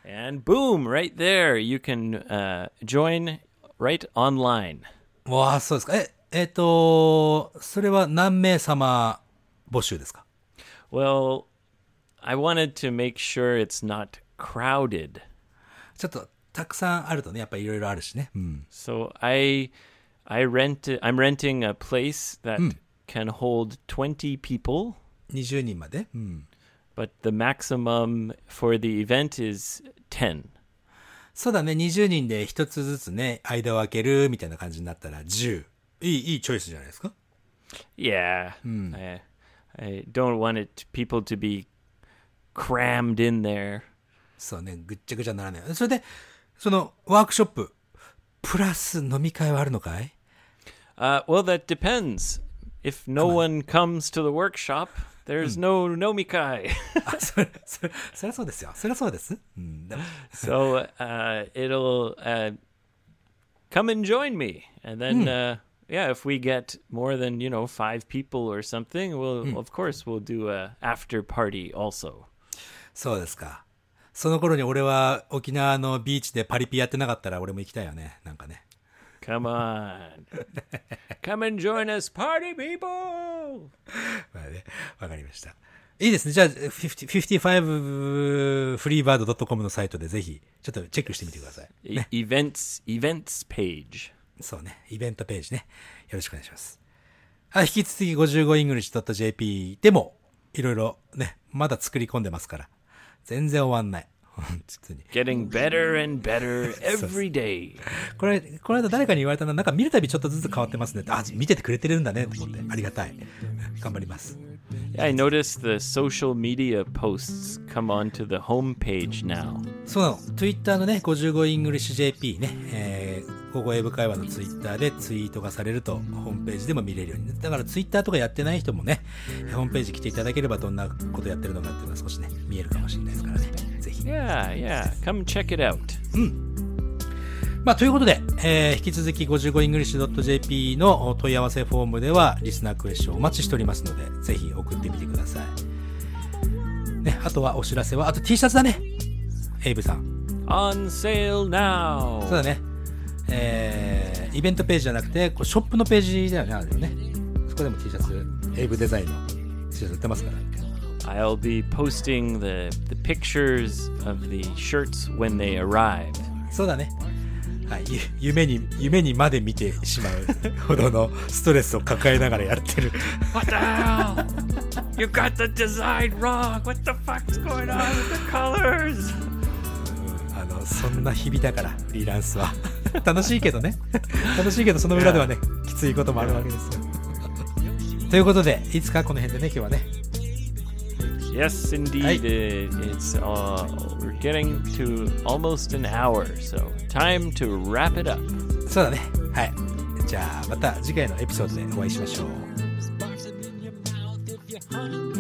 S3: and boom, right there, you can uh, join right online.
S4: わあ、そうですか。え、えっ、と、それは何名様募集ですか
S3: Well, I wanted to make sure it's not crowded.
S4: ちょっと、たくさんあるとね、やっぱりいろいろあるしね。うん。
S3: So I I rent I'm renting a place that can hold 20 people,
S4: 20人まで。うん。
S3: but the maximum for the event is 10.
S4: そうだね、20人で一つずつね、間を空けるみたいな感じになったら10。いい、いいチョイスじゃないですか
S3: Yeah. I, I don't want it people to be crammed in there.
S4: そうね、ぐっちゃぐちゃにならない。それで、その、ワークショップ、プラス飲み会はあるのかい
S3: Uh, well, that depends. If no one comes to the workshop, there's no nomikai.
S4: あ、それ、それ、そりゃそうですよ。そりゃそうです。うん。でも
S3: so uh, it'll uh, come and join me and then uh, yeah if we get more than you know five people or something we'll of course we'll do a after party also
S4: そうですか。その頃に俺は沖縄のビーチでパリピやってなかったら俺も行きたいよね。なんかね。
S3: come on come and join us party people
S4: まあね、わかりました。いいですね。じゃあ、50 55freebird.com のサイトでぜひ、ちょっとチェックしてみてください。
S3: E- events events page
S4: そうね。イベントページね。よろしくお願いします。あ引き続き 55english.jp でも、いろいろね、まだ作り込んでますから。全然終わんない。本当に。
S3: getting better and better every day
S4: これ、この間誰かに言われたな、なんか見るたびちょっとずつ変わってますねって。あ、見ててくれてるんだね、と思って。ありがたい。頑張ります。
S3: i noticed the social media posts come onto the home page now
S4: そうなの。Twitter のね、55EnglishJP ね、えー、ここ英語会話の Twitter でツイートがされると、ホームページでも見れるようになるだから Twitter とかやってない人もね、ホームページ来ていただければどんなことやってるのかっていうのは少しね、見えるかもしれないですからね。ぜひ。
S3: yeah yeah come check it out
S4: わまあ、ということで、えー引き続き 55english.jp のお問い合わせフォームではリスナークエスチョンお待ちしておりますので、ぜひ送ってみてください。ね、あとはお知らせは、あと T シャツだね。エイブさん。
S3: On sale now.
S4: そうだね。えーイベントページじゃなくて、こうショップのページだよね、あれね。そこでも T シャツ、エイブデザインの T シャツ売ってますから。
S3: I'll be posting the the pictures of the shirts when they arrive.
S4: そうだね。はい、ゆ夢に、夢にまで見てしまうほどの ストレスを抱えながらやってる。
S3: What the hell? You got the design wrong. What the fuck's going on with the colors?
S4: あのそんな日々だからフリーランスは楽しいけどね楽しいけどその裏ではねきついこともあるわけですよということでいつかこの辺でね今日はね
S3: Yes, indeed. It, it's uh, we're getting to almost an hour, so time to wrap it up.
S4: そうだねはいじゃあまた次回のエピソードでお会いしましょう
S5: Sparks in your mouth if you're hungry.